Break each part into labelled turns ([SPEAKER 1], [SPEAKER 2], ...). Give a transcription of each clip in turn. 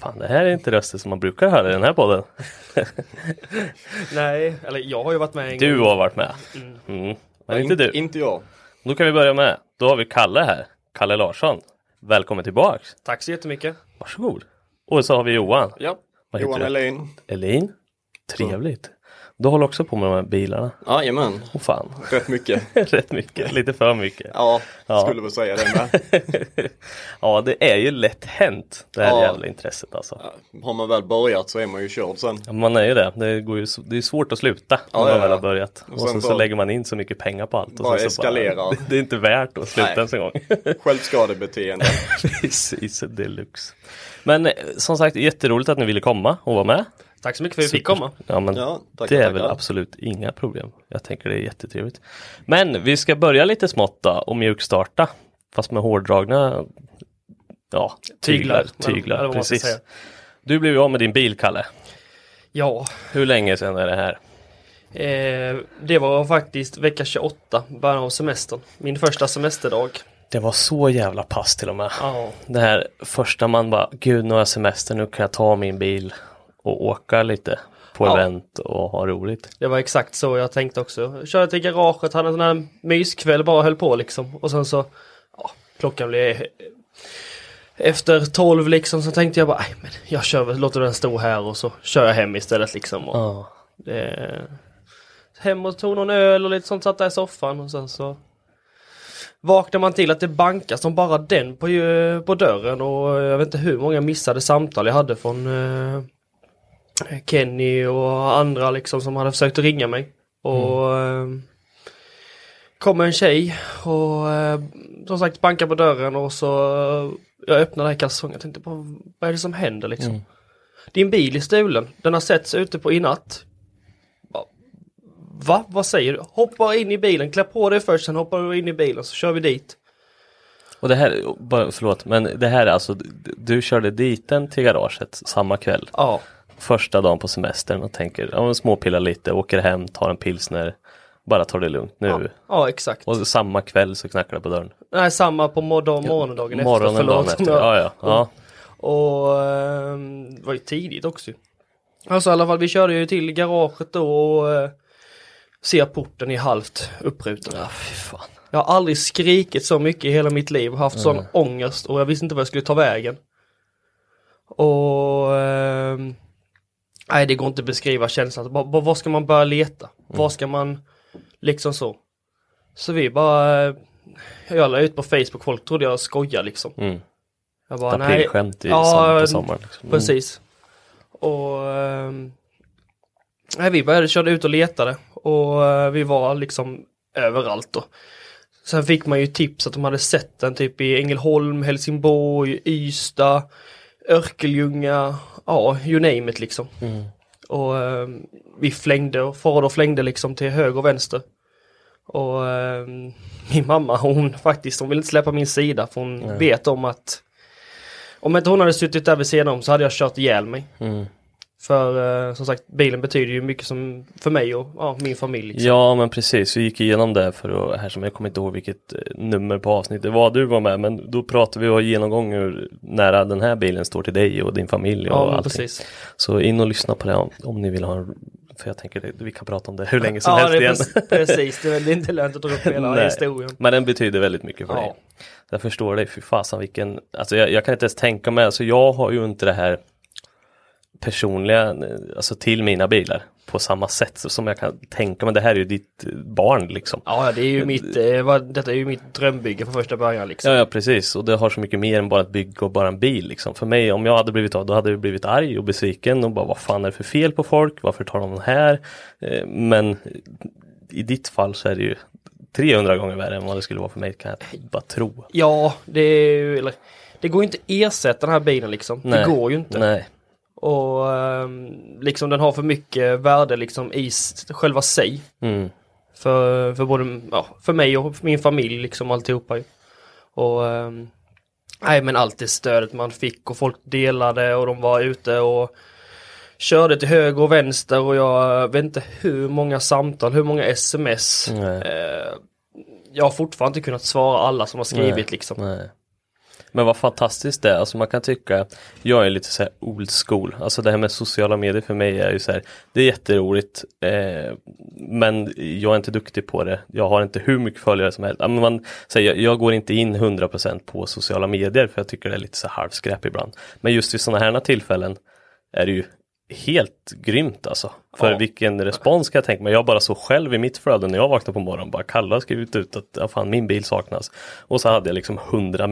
[SPEAKER 1] Fan, det här är inte röster som man brukar höra i den här podden.
[SPEAKER 2] Nej, eller jag har ju varit med en
[SPEAKER 1] Du
[SPEAKER 2] gång.
[SPEAKER 1] har varit med. Mm. Men inte du.
[SPEAKER 3] Inte jag.
[SPEAKER 1] Då kan vi börja med. Då har vi Kalle här. Kalle Larsson. Välkommen tillbaks.
[SPEAKER 2] Tack så jättemycket.
[SPEAKER 1] Varsågod. Och så har vi Johan.
[SPEAKER 3] Ja.
[SPEAKER 1] Vad heter
[SPEAKER 3] Johan
[SPEAKER 1] du?
[SPEAKER 3] Elin.
[SPEAKER 1] Elin. Trevligt. Du håller också på med de här bilarna.
[SPEAKER 3] Jajamän.
[SPEAKER 1] Åh fan.
[SPEAKER 3] Rätt mycket.
[SPEAKER 1] Rätt mycket. Lite för mycket.
[SPEAKER 3] Ja,
[SPEAKER 1] Ja.
[SPEAKER 3] skulle väl säga det med.
[SPEAKER 1] Ja, det är ju lätt hänt. Det här
[SPEAKER 3] Ja.
[SPEAKER 1] jävla intresset alltså.
[SPEAKER 3] Har man väl börjat så är man ju körd sen.
[SPEAKER 1] Ja, Man är ju det. Det, går ju, det är svårt att sluta när
[SPEAKER 3] Ja,
[SPEAKER 1] man
[SPEAKER 3] ja,
[SPEAKER 1] väl har
[SPEAKER 3] ja.
[SPEAKER 1] börjat. Och,
[SPEAKER 3] sen
[SPEAKER 1] sen så
[SPEAKER 3] bara-
[SPEAKER 1] lägger man in så mycket pengar på allt. Och
[SPEAKER 3] bara
[SPEAKER 1] sen så
[SPEAKER 3] eskalerar.
[SPEAKER 1] det, det är inte värt att sluta
[SPEAKER 3] Nej.
[SPEAKER 1] ens en gång.
[SPEAKER 3] Självskadebeteende.
[SPEAKER 1] Precis, deluxe. Men eh, som sagt, jätteroligt att ni ville komma och vara med.
[SPEAKER 2] Tack så mycket för att vi fick komma.
[SPEAKER 1] Ja, men
[SPEAKER 3] Ja, tackar,
[SPEAKER 1] det är
[SPEAKER 3] tackar.
[SPEAKER 1] väl absolut inga problem. Jag tänker det är jättetrevligt. Men vi ska börja lite smått då och mjukstarta. Fast med hårdragna ja, tyglar.
[SPEAKER 2] Eller-
[SPEAKER 1] Tyglar,
[SPEAKER 2] eller vad man ska
[SPEAKER 1] precis.
[SPEAKER 2] säga.
[SPEAKER 1] Du blev ju av med din bil, Kalle.
[SPEAKER 2] Ja,
[SPEAKER 1] Hur länge sedan är det här?
[SPEAKER 2] eh, det var faktiskt vecka 28, början av semestern. Min första semesterdag.
[SPEAKER 1] Det var så jävla pass till och med.
[SPEAKER 2] Ja,
[SPEAKER 1] Det här första man bara, gud nu har jag semester, nu kan jag ta min bil och åka lite på
[SPEAKER 2] Ja.
[SPEAKER 1] event och ha roligt.
[SPEAKER 2] det var exakt så jag tänkte också. Jag körde till garaget, hade en sån här myskväll, bara höll på liksom. Och sen så, ja, klockan blev efter 12 liksom så tänkte jag bara, "Aj, men jag kör, väl- låter den stå här och så kör jag hem istället liksom. Och,
[SPEAKER 1] Ja.
[SPEAKER 2] Eh, hem och tog någon öl och lite sånt, satt där i soffan och sen så vaknade man till att det bankas som bara den på, eh, på dörren och jag vet inte hur många missade samtal jag hade från eh, Kenny och andra liksom som hade försökt ringa mig. Och eh, kom en tjej och eh, som sagt bankade på dörren och så eh, jag öppnade den här kalsongen och tänkte bara, vad är det som händer liksom? Din bil är stulen, den har setts ute på i natt. Va? Vad säger du? Hoppa in i bilen, klä på dig först, sen hoppar du in i bilen så kör vi dit.
[SPEAKER 1] Och det här, bara, förlåt, men det här är alltså, du- du körde dit den till garaget samma kväll,
[SPEAKER 2] Ja,
[SPEAKER 1] första dagen på semestern och tänker, ja men småpillar lite, åker hem, tar en pilsner, bara tar det lugnt nu.
[SPEAKER 2] ja exakt.
[SPEAKER 1] Och samma kväll så knackar det på dörren.
[SPEAKER 2] Nej, samma på morgon, morgondagen efter.
[SPEAKER 1] Morgonen dagen efter, ja ja. ja.
[SPEAKER 2] Och ehm, det var ju tidigt också. ju. Alltså i alla fall, vi körde ju till garaget då och eh, ser porten i halvt uppruten.
[SPEAKER 1] ja fy fan. Mm.
[SPEAKER 2] Jag har aldrig skrikit så mycket i hela mitt liv och haft sån ångest och jag visste inte vad jag skulle ta vägen. Och... ehm, nej, det går inte att beskriva känslan. Bara- bara, Var ska man börja leta?
[SPEAKER 1] Mm.
[SPEAKER 2] Var ska man... Liksom så. Så vi bara... eh, Jag la ut på Facebook, folk trodde jag skojade liksom.
[SPEAKER 1] Mm.
[SPEAKER 2] Jag bara, nej,
[SPEAKER 1] Aprilskämt i
[SPEAKER 2] Ja,
[SPEAKER 1] sam- på
[SPEAKER 2] n-
[SPEAKER 1] sommaren. Liksom. Mm.
[SPEAKER 2] Precis. Och... ehm, Nej, vi började köra ut och letade och eh, vi var liksom överallt då. Sen fick man ju tips att de hade sett den typ i Ängelholm, Helsingborg, Ystad, Örkelljunga, ja you name it liksom. Och eh, vi flängde och far och flängde liksom till höger och vänster. Och eh, min mamma hon faktiskt, hon vill inte släppa min sida för hon vet om att om inte hon hade suttit där vid sidan om så hade jag kört ihjäl mig.
[SPEAKER 1] Mm.
[SPEAKER 2] För eh, som sagt, bilen betyder ju mycket som för mig och ja, min familj. Liksom.
[SPEAKER 1] Ja men precis, vi gick igenom det för att, här som jag kommer inte ihåg vilket eh, nummer på avsnittet var du var med men då pratade vi och genomgång hur nära den här bilen står till dig och din familj och
[SPEAKER 2] Ja, men
[SPEAKER 1] allting.
[SPEAKER 2] precis.
[SPEAKER 1] Så in och lyssna på det om, om ni vill ha en, för jag tänker det- vi kan prata om det hur länge som
[SPEAKER 2] Ja,
[SPEAKER 1] helst
[SPEAKER 2] det är
[SPEAKER 1] igen.
[SPEAKER 2] precis, precis. Det är väl inte lönt att dra upp hela
[SPEAKER 1] Nej,
[SPEAKER 2] historien.
[SPEAKER 1] Men den betyder väldigt mycket för
[SPEAKER 2] Ja.
[SPEAKER 1] dig. Jag förstår dig, fy fasen vilken, alltså jag, jag kan inte ens tänka mig, alltså jag har ju inte det här personliga, eh, alltså till mina bilar på samma sätt som jag kan tänka mig, det här är ju ditt eh, barn liksom.
[SPEAKER 2] Ja, det är ju mitt, eh, vad, detta är ju mitt drömbygge från första början liksom.
[SPEAKER 1] Ja, ja precis och det har så mycket mer än bara ett bygge och bara en bil liksom. För mig, om jag hade blivit av, då hade jag blivit arg och besviken och bara vad fan är det för fel på folk, varför tar de den här? Eh, Men i ditt fall så är det ju 300 gånger värre än vad det skulle vara för mig kan jag bara tro.
[SPEAKER 2] Ja, det är ju, eller, det går ju inte att ersätta den här bilen liksom.
[SPEAKER 1] Nej.
[SPEAKER 2] Det går ju inte.
[SPEAKER 1] Nej,
[SPEAKER 2] Och ehm, liksom den har för mycket värde liksom i s- själva sig.
[SPEAKER 1] Mm.
[SPEAKER 2] För, för både, ja, för mig och för min familj liksom alltihopa ju. Och ehm, nej men allt det stödet man fick och folk delade och de var ute och körde till höger och vänster och jag vet inte hur många samtal, hur många sms.
[SPEAKER 1] Nej.
[SPEAKER 2] Eh, jag har fortfarande inte kunnat svara alla som har skrivit
[SPEAKER 1] Nej.
[SPEAKER 2] liksom.
[SPEAKER 1] Nej. Men vad fantastiskt det är, alltså man kan tycka, jag är lite så här old school, alltså det här med sociala medier för mig är ju så här, det är jätteroligt, eh, men jag är inte duktig på det, jag har inte hur mycket följare som helst, Ja, men man, så här, jag, jag går inte in 100% på sociala medier för jag tycker det är lite så här halvskräp ibland, men just vid sådana här tillfällen är det ju helt grymt alltså. För
[SPEAKER 2] Ja.
[SPEAKER 1] vilken respons kan jag tänka mig. Jag bara såg själv i mitt flöde när jag vaknade på morgonen, bara Kalle har skrivit ut att ja, fan, min bil saknas. Och så hade jag liksom hundra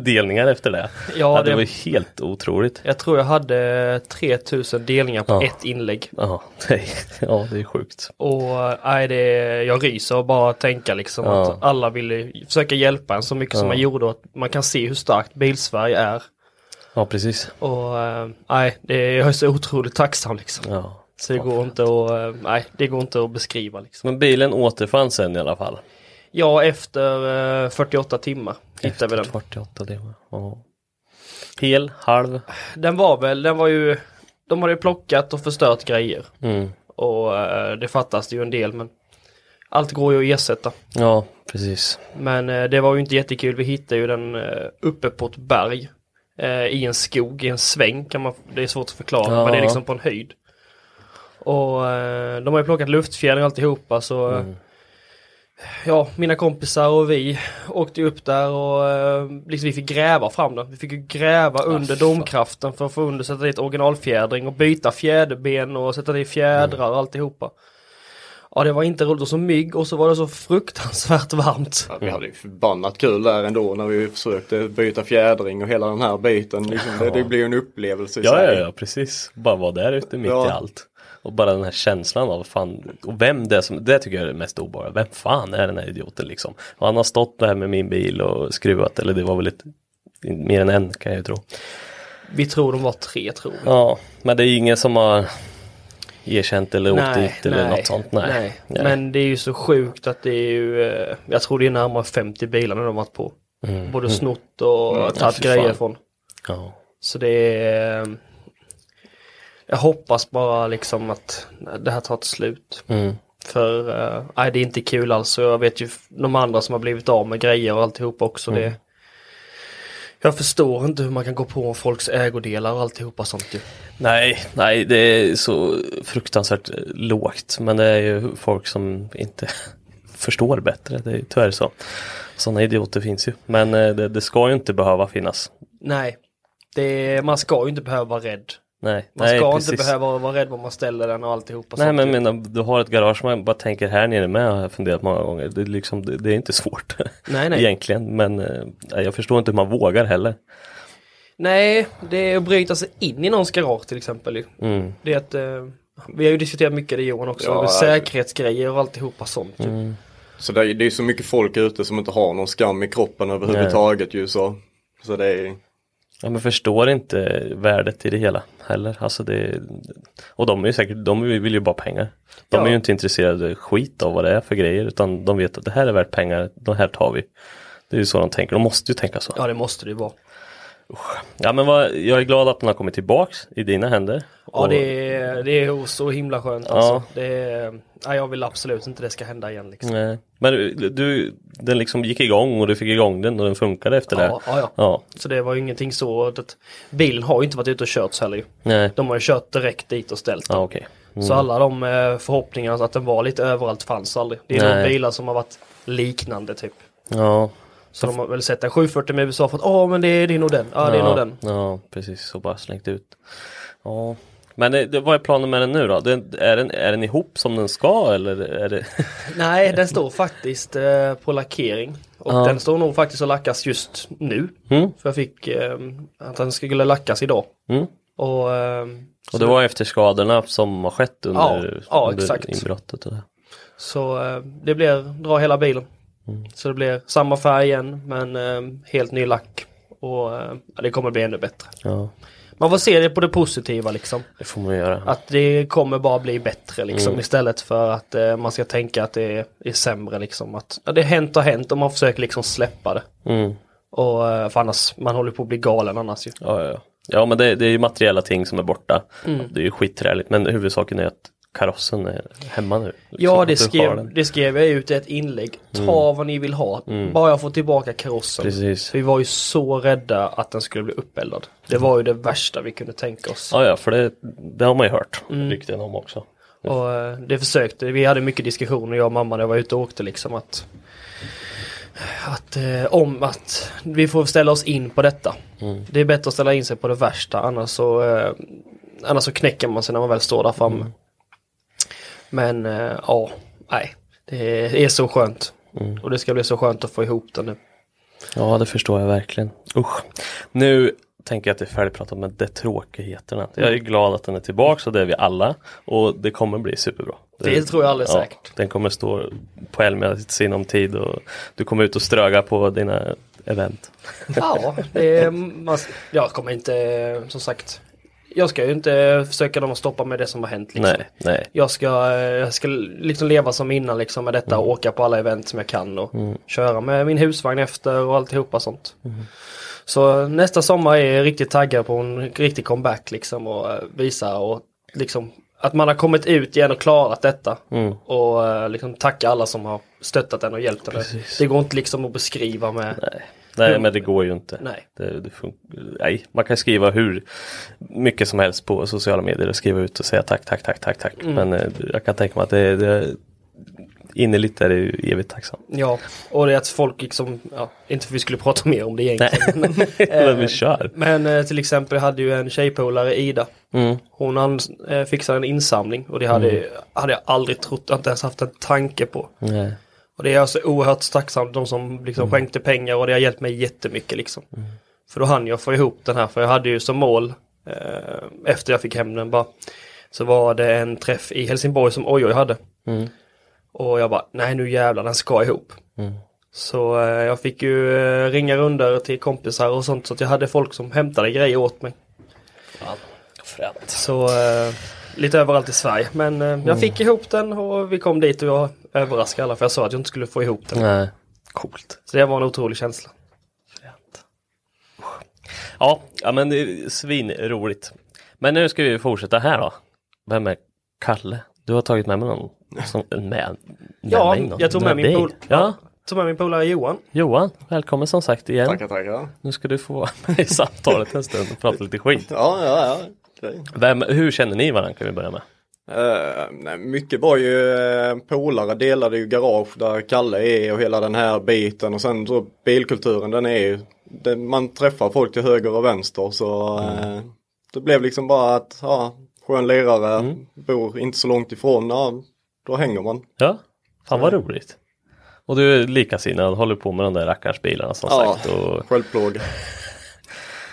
[SPEAKER 1] delningar efter det.
[SPEAKER 2] Ja,
[SPEAKER 1] det...
[SPEAKER 2] det-
[SPEAKER 1] var ju helt otroligt.
[SPEAKER 2] Jag tror jag hade 3000 delningar på
[SPEAKER 1] Ja.
[SPEAKER 2] ett inlägg.
[SPEAKER 1] Ja, det är, ja, det är sjukt.
[SPEAKER 2] Och eh, nej, det, jag ryser och bara tänka liksom
[SPEAKER 1] Ja.
[SPEAKER 2] att alla ville försöka hjälpa en så mycket som
[SPEAKER 1] Ja.
[SPEAKER 2] man gjorde och att man kan se hur starkt Bilsverige är.
[SPEAKER 1] Ja, precis.
[SPEAKER 2] Och eh, nej, det, jag är så otroligt tacksam liksom.
[SPEAKER 1] Ja.
[SPEAKER 2] Så det går inte att, eh, nej, det går inte att beskriva liksom.
[SPEAKER 1] Men bilen återfanns sen i alla fall.
[SPEAKER 2] Ja, efter eh, 48 timmar hittade vi den.
[SPEAKER 1] 48 timmar. Ja. Hel, halv.
[SPEAKER 2] Den var väl, den var ju, de hade ju plockat och förstört grejer.
[SPEAKER 1] Mm.
[SPEAKER 2] Och eh, det fattas det ju en del men allt går ju att ersätta.
[SPEAKER 1] Ja, precis.
[SPEAKER 2] Men eh, det var ju inte jättekul. Vi hittade ju den eh, uppe på ett berg. Eh, I en skog, i en sväng kan man, det är svårt att förklara,
[SPEAKER 1] Ja.
[SPEAKER 2] men det är liksom på en höjd. Och eh, de har ju plockat luftfjädring och alltihopa så eh, Ja, mina kompisar och vi åkte ju upp där och eh, liksom vi fick gräva fram den. Vi fick ju gräva under domkraften för att få under, sätta dit originalfjädring och byta fjäderben och sätta dit fjädrar och alltihopa. Ja, det var inte roligt. Och så mygg och så var det så fruktansvärt varmt.
[SPEAKER 3] Ja, vi hade ju förbannat kul där ändå när vi försökte byta fjädring och hela den här biten. Liksom, det, det blir ju en upplevelse i
[SPEAKER 1] Ja, ja,
[SPEAKER 3] sig.
[SPEAKER 1] ja, precis. Bara vara där ute mitt
[SPEAKER 3] Ja.
[SPEAKER 1] i allt. Och bara den här känslan av fan, och vem det är som, det tycker jag är det mest obehagliga. Vem fan är den här idioten liksom? Och han har stått där med min bil och skruvat, eller det var väl ett, mer än en kan jag ju tro.
[SPEAKER 2] Vi tror de var tre tror vi.
[SPEAKER 1] Ja, men det är ingen som har erkänt eller åkt dit eller
[SPEAKER 2] nej,
[SPEAKER 1] något sånt. Nej.
[SPEAKER 2] nej. Men det är ju så sjukt att det är ju, eh, jag tror det är närmare 50 bilar när de har varit på.
[SPEAKER 1] Mm.
[SPEAKER 2] Både snott och tagit
[SPEAKER 1] fy
[SPEAKER 2] grejer
[SPEAKER 1] fan.
[SPEAKER 2] från.
[SPEAKER 1] Ja.
[SPEAKER 2] Så det är, eh, jag hoppas bara liksom att det här tar ett slut.
[SPEAKER 1] Mm.
[SPEAKER 2] För eh, nej, det är inte kul alls. Och Jag vet ju f- de andra som har blivit av med grejer och alltihop också.
[SPEAKER 1] Mm.
[SPEAKER 2] Det, jag förstår inte hur man kan gå på folks ägodelar och alltihopa sånt ju.
[SPEAKER 1] Nej, nej, det är så fruktansvärt eh, lågt. Men det är ju folk som inte förstår bättre. Det är ju tyvärr så. Sådana idioter finns ju. Men eh, det, det ska ju inte behöva finnas.
[SPEAKER 2] Nej, det är, man ska ju inte behöva vara rädd.
[SPEAKER 1] Nej,
[SPEAKER 2] Man
[SPEAKER 1] nej,
[SPEAKER 2] ska
[SPEAKER 1] precis.
[SPEAKER 2] inte behöva vara rädd var man ställer den och alltihopa.
[SPEAKER 1] Nej
[SPEAKER 2] sånt.
[SPEAKER 1] men jag menar, du har ett garage man bara tänker här nere med har jag funderat många gånger. Det är, liksom, det, det är inte svårt
[SPEAKER 2] nej, nej.
[SPEAKER 1] egentligen. Men eh, jag förstår inte hur man vågar heller.
[SPEAKER 2] nej, det är att bryta sig in i någons garage till exempel. ju.
[SPEAKER 1] Mm.
[SPEAKER 2] Det är att, eh, vi har ju diskuterat mycket det Johan också,
[SPEAKER 3] Ja,
[SPEAKER 2] med
[SPEAKER 3] alltså.
[SPEAKER 1] Mm.
[SPEAKER 2] säkerhetsgrejer och alltihopa sånt. ju.
[SPEAKER 3] Så det är, det är så mycket folk ute som inte har någon skam i kroppen överhuvudtaget ju så. Så det är,
[SPEAKER 1] Ja men förstår inte värdet i det hela heller. Alltså det, och de är ju säkert, de vill ju bara pengar. De
[SPEAKER 2] Ja.
[SPEAKER 1] är ju inte intresserade skit av vad det är för grejer utan de vet att det här är värt pengar, det här tar vi. Det är ju så de tänker, de måste ju tänka så.
[SPEAKER 2] Ja det måste det ju vara.
[SPEAKER 1] Ja men vad, jag är glad att den har kommit tillbaks i dina händer.
[SPEAKER 2] Ja
[SPEAKER 1] Och-
[SPEAKER 2] det är, det är så himla skönt
[SPEAKER 1] Ja.
[SPEAKER 2] alltså. Det är, ja, jag vill absolut inte det ska hända igen liksom.
[SPEAKER 1] Nej. Men du- du, den liksom gick igång och du fick igång den och den funkade efter det.
[SPEAKER 2] Ja, ja, ja.
[SPEAKER 1] ja.
[SPEAKER 2] Så det var ju ingenting så att bilen har ju inte varit ute och körts heller ju.
[SPEAKER 1] Nej.
[SPEAKER 2] De har ju kört direkt dit och ställt
[SPEAKER 1] Ja
[SPEAKER 2] den.
[SPEAKER 1] okej.
[SPEAKER 2] Så alla de eh, förhoppningarna att den var lite överallt fanns aldrig. Det är
[SPEAKER 1] Nej.
[SPEAKER 2] de bilar som har varit liknande typ.
[SPEAKER 1] Ja.
[SPEAKER 2] Så de har väl sett en 740 med USA och fått åh men det, det är nog den, ja det är nog den.
[SPEAKER 1] Ja, precis. Och bara slängt ut. Ja. Men det, det, vad är planen med den nu då? Den, är, den, är den ihop som den ska eller är det?
[SPEAKER 2] Nej den står faktiskt eh, på lackering. Och
[SPEAKER 1] Ja.
[SPEAKER 2] den står nog faktiskt och lackas just nu.
[SPEAKER 1] Mm.
[SPEAKER 2] För jag fick eh, att den skulle lackas idag.
[SPEAKER 1] Mm.
[SPEAKER 2] Och, eh,
[SPEAKER 1] Och det var efter skadorna som har skett under,
[SPEAKER 2] Ja, ja,
[SPEAKER 1] under
[SPEAKER 2] exakt.
[SPEAKER 1] inbrottet. Och det.
[SPEAKER 2] Så eh, det blir dra hela bilen.
[SPEAKER 1] Mm.
[SPEAKER 2] Så det blir samma färg igen men eh, helt ny lack. Och eh, ja, det kommer bli ännu bättre.
[SPEAKER 1] Ja,
[SPEAKER 2] Man får se det på det positiva liksom.
[SPEAKER 1] det får man göra.
[SPEAKER 2] Att det kommer bara bli bättre liksom
[SPEAKER 1] Mm.
[SPEAKER 2] istället för att eh, man ska tänka att det är, är sämre liksom. Att ja, det hänt har hänt och man försöker liksom släppa det.
[SPEAKER 1] Mm. Liksom,
[SPEAKER 2] Och eh, för annars, man håller på att bli galen annars ju.
[SPEAKER 1] Ja, ja, ja. ja men det, det är ju materiella ting som är borta.
[SPEAKER 2] Mm.
[SPEAKER 1] Det är ju skitträligt men huvudsaken är att karossen är hemma nu. Liksom,
[SPEAKER 2] Ja
[SPEAKER 1] att
[SPEAKER 2] det
[SPEAKER 1] du har
[SPEAKER 2] skrev,
[SPEAKER 1] den. Mm.
[SPEAKER 2] det skrev jag ut i ett inlägg. Ta vad ni vill ha. Bara jag får tillbaka karossen.
[SPEAKER 1] Precis.
[SPEAKER 2] Vi var ju så rädda att den skulle bli uppeldad. Det
[SPEAKER 1] Mm.
[SPEAKER 2] var ju det värsta vi kunde tänka oss.
[SPEAKER 1] Ja, ja, för det, det har man ju hört
[SPEAKER 2] Mm.
[SPEAKER 1] rykten om också.
[SPEAKER 2] Och eh, det försökte, vi hade mycket diskussioner jag och mamma när jag var ute och åkte liksom att att eh, om att vi får ställa oss in på detta. Det är bättre att ställa in sig på det värsta annars så eh, annars så knäcker man sig när man väl står där framme. Men eh, ja, nej. Det är så skönt. Och det ska bli så skönt att få ihop den nu.
[SPEAKER 1] Ja, det förstår jag verkligen. Usch. Nu tänker jag att det är färdigpratat med det tråkigheterna. Jag är glad att den är tillbaka och det är vi alla. Och det kommer bli superbra.
[SPEAKER 2] Det tror jag alldeles säkert.
[SPEAKER 1] Den kommer stå på Elmia i sinom tid och du kommer ut och ströga på dina event.
[SPEAKER 2] Ja, det är, man, jag kommer inte, eh, som sagt. Jag ska ju inte försöka dem att stoppa med det som har hänt. Liksom.
[SPEAKER 1] Nej, nej.
[SPEAKER 2] Jag ska, eh, jag ska liksom leva som innan liksom, med detta och åka på alla event som jag kan och köra med min husvagn efter och alltihopa sånt. Så nästa sommar är jag riktigt taggad på en riktig comeback liksom och eh, visa och liksom att man har kommit ut igen och klarat detta. Och eh, liksom tacka alla som har stöttat en och hjälpt en. Det går inte liksom att beskriva med
[SPEAKER 1] Nej, men det går ju inte.
[SPEAKER 2] Nej.
[SPEAKER 1] Det, det fun- nej, man kan skriva hur mycket som helst på sociala medier och skriva ut och säga tack, tack, tack, tack, tack.
[SPEAKER 2] Mm.
[SPEAKER 1] Men eh, jag kan tänka mig att det, det innerligt är det ju evigt tacksam.
[SPEAKER 2] Ja, och det är att folk liksom, ja, inte för vi skulle prata mer om det
[SPEAKER 1] Nej,
[SPEAKER 2] egentligen. men-
[SPEAKER 1] men eh, vi kör.
[SPEAKER 2] Men eh, till exempel jag hade ju en tjejpolare, Ida. Hon ans- eh, fixade en insamling och det hade, hade jag aldrig trott, inte ens haft en tanke på.
[SPEAKER 1] Nej.
[SPEAKER 2] Och det är jag så oerhört tacksam de som liksom skänkte pengar och det har hjälpt mig jättemycket liksom. För då hann jag få ihop den här, för jag hade ju som mål eh, efter jag fick hem den bara så var det en träff i Helsingborg som Ojoj hade. Och jag bara, nej nu jävlar den ska ihop. Så eh, jag fick ju eh, ringa runder till kompisar och sånt så att jag hade folk som hämtade grejer åt mig.
[SPEAKER 1] Fränt.
[SPEAKER 2] Så eh, lite överallt i Sverige. Men eh, jag fick ihop den och vi kom dit och jag överraskade alla för jag sa att jag inte skulle få ihop den.
[SPEAKER 1] Nej. Coolt.
[SPEAKER 2] Så det var en otrolig känsla.
[SPEAKER 1] Ja, ja men det är svinroligt. Men nu ska vi fortsätta här då. Vem är Kalle? Du har tagit med mig någon. Som, med, med
[SPEAKER 2] Ja,
[SPEAKER 1] mig någon.
[SPEAKER 2] jag tog med min
[SPEAKER 1] dig.
[SPEAKER 2] pol-
[SPEAKER 1] Ja,
[SPEAKER 2] Tog med min polare Johan.
[SPEAKER 1] Johan, välkommen som sagt igen.
[SPEAKER 3] tackar tackar.
[SPEAKER 1] Nu ska du få vara med i samtalet en stund och prata lite skit.
[SPEAKER 3] Ja, ja, ja. Okej.
[SPEAKER 1] Vem, hur känner ni varandra kan vi börja med?
[SPEAKER 3] Eh, nej, mycket var ju eh, polare delade ju garage där Kalle är och hela den här biten och sen så bilkulturen den är ju den, man träffar folk till höger och vänster så eh,
[SPEAKER 1] Mm.
[SPEAKER 3] det blev liksom bara att ja, skön lirare
[SPEAKER 1] Mm.
[SPEAKER 3] bor inte så långt ifrån ja, då hänger man.
[SPEAKER 1] Ja, fan vad roligt. Och du är likasinnad, håller på med de där rackarsbilarna som
[SPEAKER 3] Ja.
[SPEAKER 1] sagt. Och,
[SPEAKER 3] Självplåga.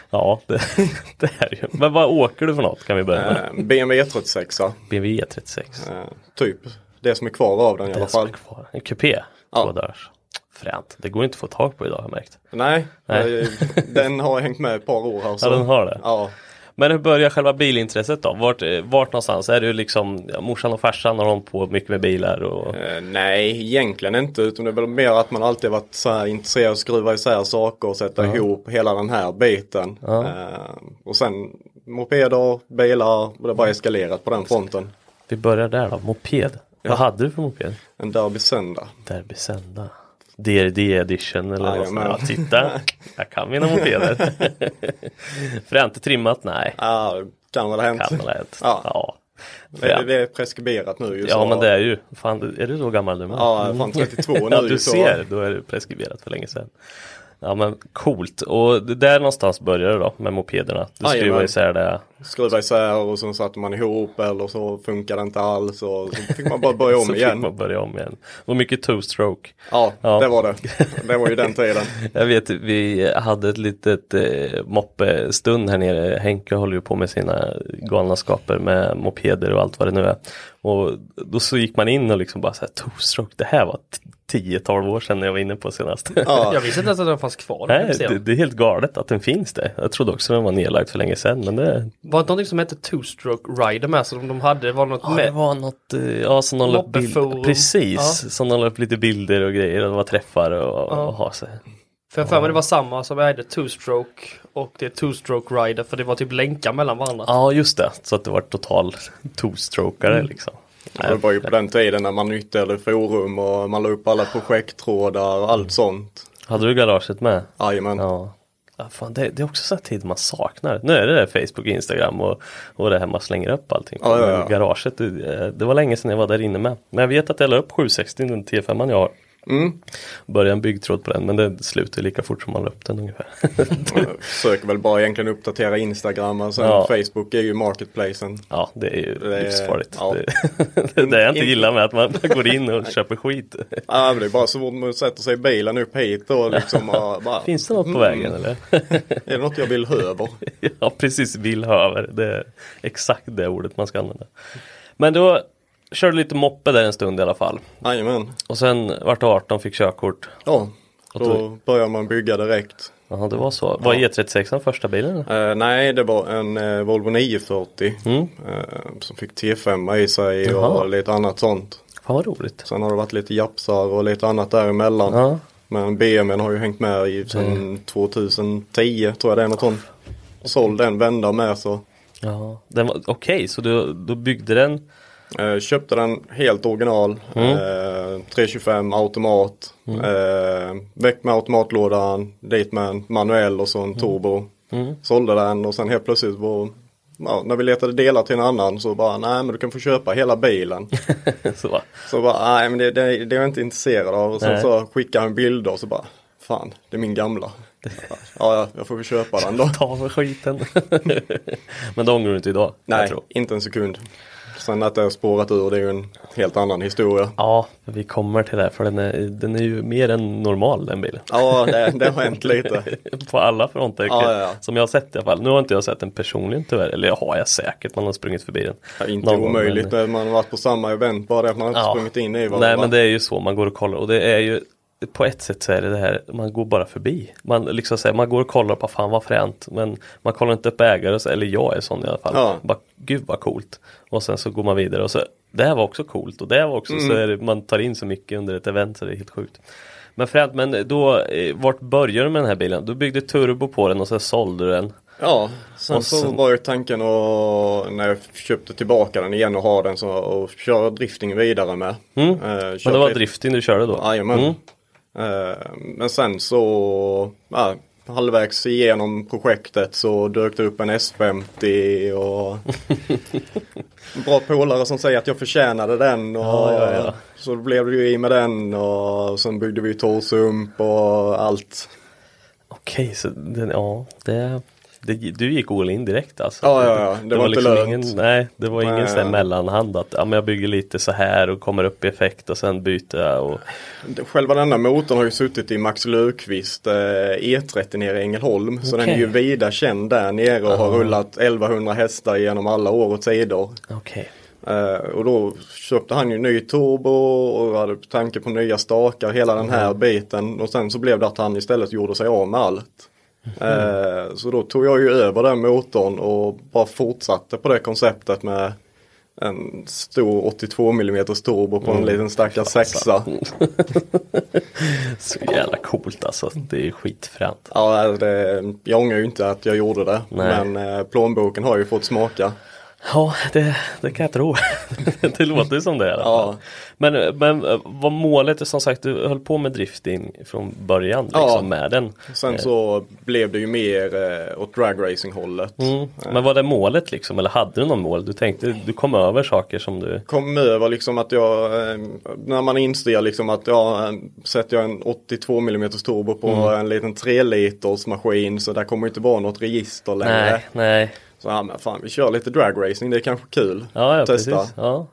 [SPEAKER 1] ja, det, det är ju. Men vad åker du för något kan vi börja med?
[SPEAKER 3] Eh, BMW 36
[SPEAKER 1] BMW 36.
[SPEAKER 3] eh, typ det som är kvar av den i
[SPEAKER 1] Det
[SPEAKER 3] alla
[SPEAKER 1] som är
[SPEAKER 3] fall.
[SPEAKER 1] kvar. En kupé. Två dörrs. Fränt. Det går inte att få tag på idag har jag märkt.
[SPEAKER 3] Nej,
[SPEAKER 1] Nej.
[SPEAKER 3] eh, den har hängt med ett par år här. Så.
[SPEAKER 1] Ja, den har det.
[SPEAKER 3] Ja.
[SPEAKER 1] Men hur börjar själva bilintresset då? Vart, eh, vart någonstans? Är du liksom ja, morsan och farsan har hållit på mycket med bilar? Och...
[SPEAKER 3] Eh, Nej, egentligen inte. Utan det är väl mer att man alltid varit så här intresserad av att skruva isär saker och sätta ihop hela den här biten. Eh, och sen mopeder, bilar och det har bara eskalerat på den fronten.
[SPEAKER 1] Vi börjar där då, moped. Vad hade du för moped?
[SPEAKER 3] En derby söndag.
[SPEAKER 1] Derby sända. DRD edition eller vad som
[SPEAKER 3] Jajamän.
[SPEAKER 1] helst. Ja, titta, jag kan mina mopeder. Fränt trimmat? Nej,
[SPEAKER 3] Ja, kan väl ha hänt.
[SPEAKER 1] kan väl ha hänt.
[SPEAKER 3] Ja.
[SPEAKER 1] Ja.
[SPEAKER 3] Det,
[SPEAKER 1] Fränt.
[SPEAKER 3] det är preskriberat nu ju.
[SPEAKER 1] Ja
[SPEAKER 3] så-
[SPEAKER 1] men det är ju, fan, är du så gammal du? med?
[SPEAKER 3] Ja, fan 32 nu
[SPEAKER 1] Ja,
[SPEAKER 3] ju,
[SPEAKER 1] du
[SPEAKER 3] så-
[SPEAKER 1] ser, då är det preskriberat för länge sedan. Ja men coolt, och det där någonstans började det då med mopederna. Du
[SPEAKER 3] Jajamän.
[SPEAKER 1] skruvar isär det.
[SPEAKER 3] skruva isär och sen satte man ihop eller så funkade det inte alls och så fick man bara börja om
[SPEAKER 1] så
[SPEAKER 3] igen.
[SPEAKER 1] fick man börja om igen. Och mycket two-stroke.
[SPEAKER 3] Ja,
[SPEAKER 1] Ja.
[SPEAKER 3] det var det. Det var ju den tiden.
[SPEAKER 1] Jag vet, vi hade ett litet eh, moppestund här nere. Henke håller ju på med sina galenskaper med mopeder och allt vad det nu är. Och då så gick man in och liksom bara så här, two-stroke, det här var t- 10-12 år sedan när jag var inne på senast.
[SPEAKER 2] Jag visste inte ens att den fanns kvar. den
[SPEAKER 1] Nej,
[SPEAKER 2] här
[SPEAKER 1] det,
[SPEAKER 2] scenen.
[SPEAKER 1] det är helt galet att den finns det. Jag trodde också den var nedlagd för länge sedan. Men det,
[SPEAKER 2] Var det någonting som hette two-stroke rider med som de hade? Var något
[SPEAKER 1] ja, det
[SPEAKER 2] med?
[SPEAKER 1] var något, eh, ja som de la upp
[SPEAKER 2] Moppeforum.
[SPEAKER 1] bild, precis,
[SPEAKER 2] Ja.
[SPEAKER 1] som de la upp lite bilder och grejer och det var träffar och, och ha sig.
[SPEAKER 2] För jag har för mig det var samma som ägde two-stroke och det är two-stroke rider för det var typ länkar mellan varandra.
[SPEAKER 1] Ja, just det, så att det var total two-strokare liksom.
[SPEAKER 3] Det var ju på den tiden när man nyttjade forum och man la upp
[SPEAKER 1] Ah.
[SPEAKER 3] alla projekttrådar och allt sånt.
[SPEAKER 1] Hade du garaget med?
[SPEAKER 3] Jajamän.
[SPEAKER 1] Mm. Ja. Ja, fan, det, det är också så här tid man saknar. Nu är det där Facebook, Instagram och, och det här man slänger upp allting. på.
[SPEAKER 3] Ja, ja, ja.
[SPEAKER 1] Men Garaget, det, det var länge sedan jag var där inne med. Men jag vet att jag la upp 760, den T5 jag har.
[SPEAKER 3] Mm.
[SPEAKER 1] Började en byggtråd på den men det slutar lika fort som man la upp den ungefär.
[SPEAKER 3] Jag Försöker väl bara egentligen uppdatera Instagram och sen
[SPEAKER 1] Ja.
[SPEAKER 3] Facebook är ju marketplacen.
[SPEAKER 1] ja det är ju
[SPEAKER 3] Det är-
[SPEAKER 1] livsfarligt.
[SPEAKER 3] ja.
[SPEAKER 1] Det, det är det jag inte gillar med att man går in och köper skit.
[SPEAKER 3] Ja, men det är bara så fort man sätter sig i bilen upp hit och liksom ja, bara,
[SPEAKER 1] Finns det något
[SPEAKER 3] Mm.
[SPEAKER 1] på vägen eller?
[SPEAKER 3] är det något jag vill ha över?
[SPEAKER 1] Ja, precis. Villhöver. Det är exakt det ordet man ska använda. Men då körde lite moppe där en stund i alla fall.
[SPEAKER 3] Jajamän.
[SPEAKER 1] Och sen vart du 18 fick körkort.
[SPEAKER 3] Ja,
[SPEAKER 1] då-
[SPEAKER 3] då börjar man bygga direkt.
[SPEAKER 1] Jaha, det var så. Var E36 den första bilen? eller?
[SPEAKER 3] Eh, nej, det var en eh, Volvo 940 eh, som fick T5 i sig
[SPEAKER 1] Mm. Jaha.
[SPEAKER 3] och lite annat sånt.
[SPEAKER 1] Fan vad roligt.
[SPEAKER 3] Sen har det varit lite japsar och lite annat däremellan.
[SPEAKER 1] Ja.
[SPEAKER 3] Men BMWn har ju hängt med i sedan 2010 tror jag det är något sånt. Såld en vända med så.
[SPEAKER 1] Ja. Den var- Okej, så du, du byggde den.
[SPEAKER 3] Eh, köpte den helt original. Eh, 325 automat. Eh, väck med automatlådan, dit med en manuell och så en turbo. Sålde den och sen helt plötsligt var Ja, när vi letade delar till en annan så bara nej men du kan få köpa hela bilen.
[SPEAKER 1] Så.
[SPEAKER 3] Så bara nej men det, det, det är jag inte intresserad av. Och sen
[SPEAKER 1] Nej.
[SPEAKER 3] så skickade han bilder och så bara fan det är min gamla. Ja, ja jag får väl köpa den då.
[SPEAKER 1] Ta för skiten. Men det ångrar du inte idag?
[SPEAKER 3] Nej,
[SPEAKER 1] Jag tror.
[SPEAKER 3] inte en sekund. Sen att det har spårat ur det är ju en helt annan historia.
[SPEAKER 1] Ja, vi kommer till det här, för den är, den är ju mer än normal den bilen.
[SPEAKER 3] Ja, det, det har hänt lite.
[SPEAKER 1] På alla fronter.
[SPEAKER 3] Ja, ja, ja.
[SPEAKER 1] Som jag har sett i alla fall. Nu har inte jag sett den personligen tyvärr. Eller har jag säkert. Man har sprungit förbi den.
[SPEAKER 3] Ja, inte
[SPEAKER 1] någon gång,
[SPEAKER 3] omöjligt,
[SPEAKER 1] men-
[SPEAKER 3] men... man har varit på samma event, bara det att man inte
[SPEAKER 1] Ja.
[SPEAKER 3] sprungit in i varandra.
[SPEAKER 1] Nej men det är ju så man går och kollar och det är ju på ett sätt så är det det här, man går bara förbi. Man, liksom så här, man går och kollar på fan vad fränt men man kollar inte upp ägare, och så, eller jag är sån i alla fall.
[SPEAKER 3] Ja.
[SPEAKER 1] Bara, Gud vad coolt. Och sen så går man vidare och så det här var också coolt och det här var också
[SPEAKER 3] Mm.
[SPEAKER 1] så är det, man tar in så mycket under ett event så det är helt sjukt. Men fränt, men då, eh, vart började du med den här bilen? Du byggde turbo på den och sen sålde du den.
[SPEAKER 3] Ja, sen,
[SPEAKER 1] Och
[SPEAKER 3] så
[SPEAKER 1] sen-
[SPEAKER 3] var ju tanken att när jag köpte tillbaka den igen och ha den så och köra drifting vidare med. Eh,
[SPEAKER 1] Mm. Men
[SPEAKER 3] köra
[SPEAKER 1] det var
[SPEAKER 3] lite-
[SPEAKER 1] drifting du körde då?
[SPEAKER 3] Jajamän. Eh, men sen så ja, halvvägs igenom projektet så dök det upp en S50 och bra polare som säger att jag förtjänade den. Och
[SPEAKER 1] ja, ja.
[SPEAKER 3] Så då blev det ju i med den och sen byggde vi torrsump och allt.
[SPEAKER 1] Okej, så den, ja, det, det, du gick all in direkt alltså?
[SPEAKER 3] Ja, ja, ja. Det var inte lönt.
[SPEAKER 1] ingen, Nej, det var ingen
[SPEAKER 3] Nej.
[SPEAKER 1] sån här mellanhand att ja, men jag bygger lite så här och kommer upp i effekt och sen byter jag och
[SPEAKER 3] Själva denna motorn har ju suttit i Max Löfqvist eh, E30 nere i Ängelholm. Så den är
[SPEAKER 1] Okej.
[SPEAKER 3] ju vida känd där nere och har rullat 1100 hästar genom alla år och tider.
[SPEAKER 1] okej.
[SPEAKER 3] Eh, och då köpte han ju ny turbo och hade tanke på nya stakar, hela den
[SPEAKER 1] Mm.
[SPEAKER 3] här biten. Och sen så blev det att han istället gjorde sig av med allt.
[SPEAKER 1] Mm.
[SPEAKER 3] Eh, så då tog jag ju över den motorn och bara fortsatte på det konceptet med en stor 82 mm turbo på en liten stackars sexa.
[SPEAKER 1] Så jävla coolt alltså. Det är skitfränt.
[SPEAKER 3] Ja, alltså det, jag ångrar ju inte att jag gjorde det.
[SPEAKER 1] Nej.
[SPEAKER 3] Men eh, plånboken har ju fått smaka.
[SPEAKER 1] Ja, det, det kan jag tro. det låter ju som det i alla
[SPEAKER 3] Ja.
[SPEAKER 1] fall. Men, men vad målet är som sagt, du höll på med drifting från början liksom,
[SPEAKER 3] Ja.
[SPEAKER 1] med den.
[SPEAKER 3] Sen så blev det ju mer eh, åt dragracinghållet.
[SPEAKER 1] Mm. Men var det målet liksom? Eller hade du något mål? Du tänkte, du kom över saker som du...
[SPEAKER 3] Kom över liksom att jag, eh, när man inser liksom att ja, eh, sätter jag en 82 mm turbo på en liten 3 liters maskin så där kommer ju inte vara något register längre.
[SPEAKER 1] Nej, nej.
[SPEAKER 3] Så ja, men fan vi kör lite dragracing, det är kanske kul.
[SPEAKER 1] Ja, ja precis. Ja.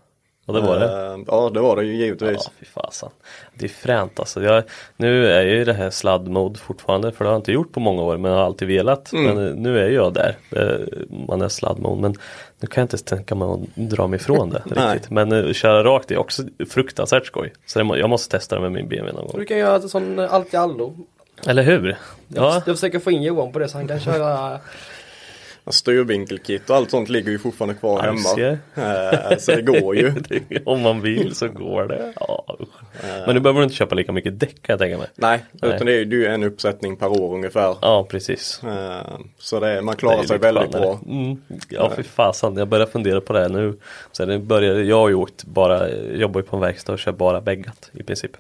[SPEAKER 1] Och det var det.
[SPEAKER 3] Eh, Ja, det var det ju givetvis.
[SPEAKER 1] Ja, fy fasen. Det är fränt alltså. Jag, nu är jag i det här sladdmode fortfarande för det har jag inte gjort på många år men jag har alltid velat.
[SPEAKER 3] Mm.
[SPEAKER 1] Men eh, nu är jag där. Eh, Man är sladdmode men nu kan jag inte ens tänka mig att dra mig ifrån det
[SPEAKER 3] Nej.
[SPEAKER 1] riktigt. Men eh, köra rakt är också fruktansvärt skoj. Så det må, jag måste testa det med min BMW någon gång.
[SPEAKER 2] Du kan göra en sån eh, allt i allo.
[SPEAKER 1] Eller hur? Ja,
[SPEAKER 2] Jag försöker få in Johan på det så han kan köra
[SPEAKER 3] Styrvinkelkit och allt sånt ligger ju fortfarande kvar
[SPEAKER 1] Ja, du
[SPEAKER 3] hemma.
[SPEAKER 1] ser.
[SPEAKER 3] Eh, så det går ju.
[SPEAKER 1] om man vill så går det. Ja, usch. men nu behöver du inte köpa lika mycket däck kan jag tänka mig.
[SPEAKER 3] Nej,
[SPEAKER 1] Nej.
[SPEAKER 3] utan det är ju det är ju en uppsättning per år ungefär.
[SPEAKER 1] Ja, precis.
[SPEAKER 3] Eh, Så det, är- man
[SPEAKER 1] Det är
[SPEAKER 3] klarar
[SPEAKER 1] ju
[SPEAKER 3] sig
[SPEAKER 1] lite
[SPEAKER 3] väldigt
[SPEAKER 1] skönare.
[SPEAKER 3] bra.
[SPEAKER 1] Mm. Ja fy fasen, jag börjar fundera på det här nu. Sen började, jag har ju åkt bara, jobbar ju på en verkstad och kör bara bäggat i princip.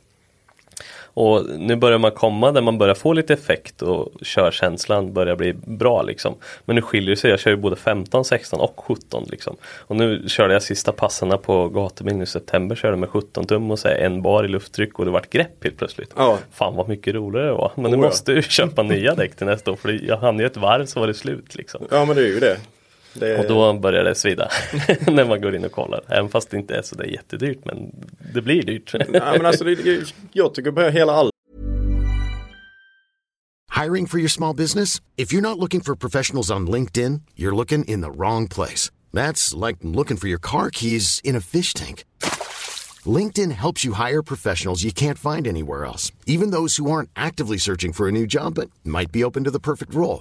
[SPEAKER 1] Och nu börjar man komma där man börjar få lite effekt och körkänslan börjar bli bra liksom. Men nu skiljer det sig, jag kör ju både 15, 16 och 17 liksom. Och nu körde jag sista passerna på gatubil nu i september, körde med 17 tum och så här en bar i lufttryck och det vart grepp helt plötsligt.
[SPEAKER 3] Ja.
[SPEAKER 1] Fan vad mycket roligare det var. Men nu
[SPEAKER 3] Oh ja.
[SPEAKER 1] måste jag ju köpa nya däck till nästa år för jag hann ju ett varv så var det slut liksom.
[SPEAKER 3] Ja men det är ju det. det
[SPEAKER 1] Och då börjar det svida när man går in och kollar. Även fast det inte är så där jättedyrt men det blir dyrt.
[SPEAKER 3] Nej, men alltså, det, det- jag tycker på hela all
[SPEAKER 4] Hiring for your small business? If you're not looking for professionals on LinkedIn, you're looking in the wrong place. That's like looking for your car keys in a fish tank. LinkedIn helps you hire professionals you can't find anywhere else, even those who aren't actively searching for a new job but might be open to the perfect role.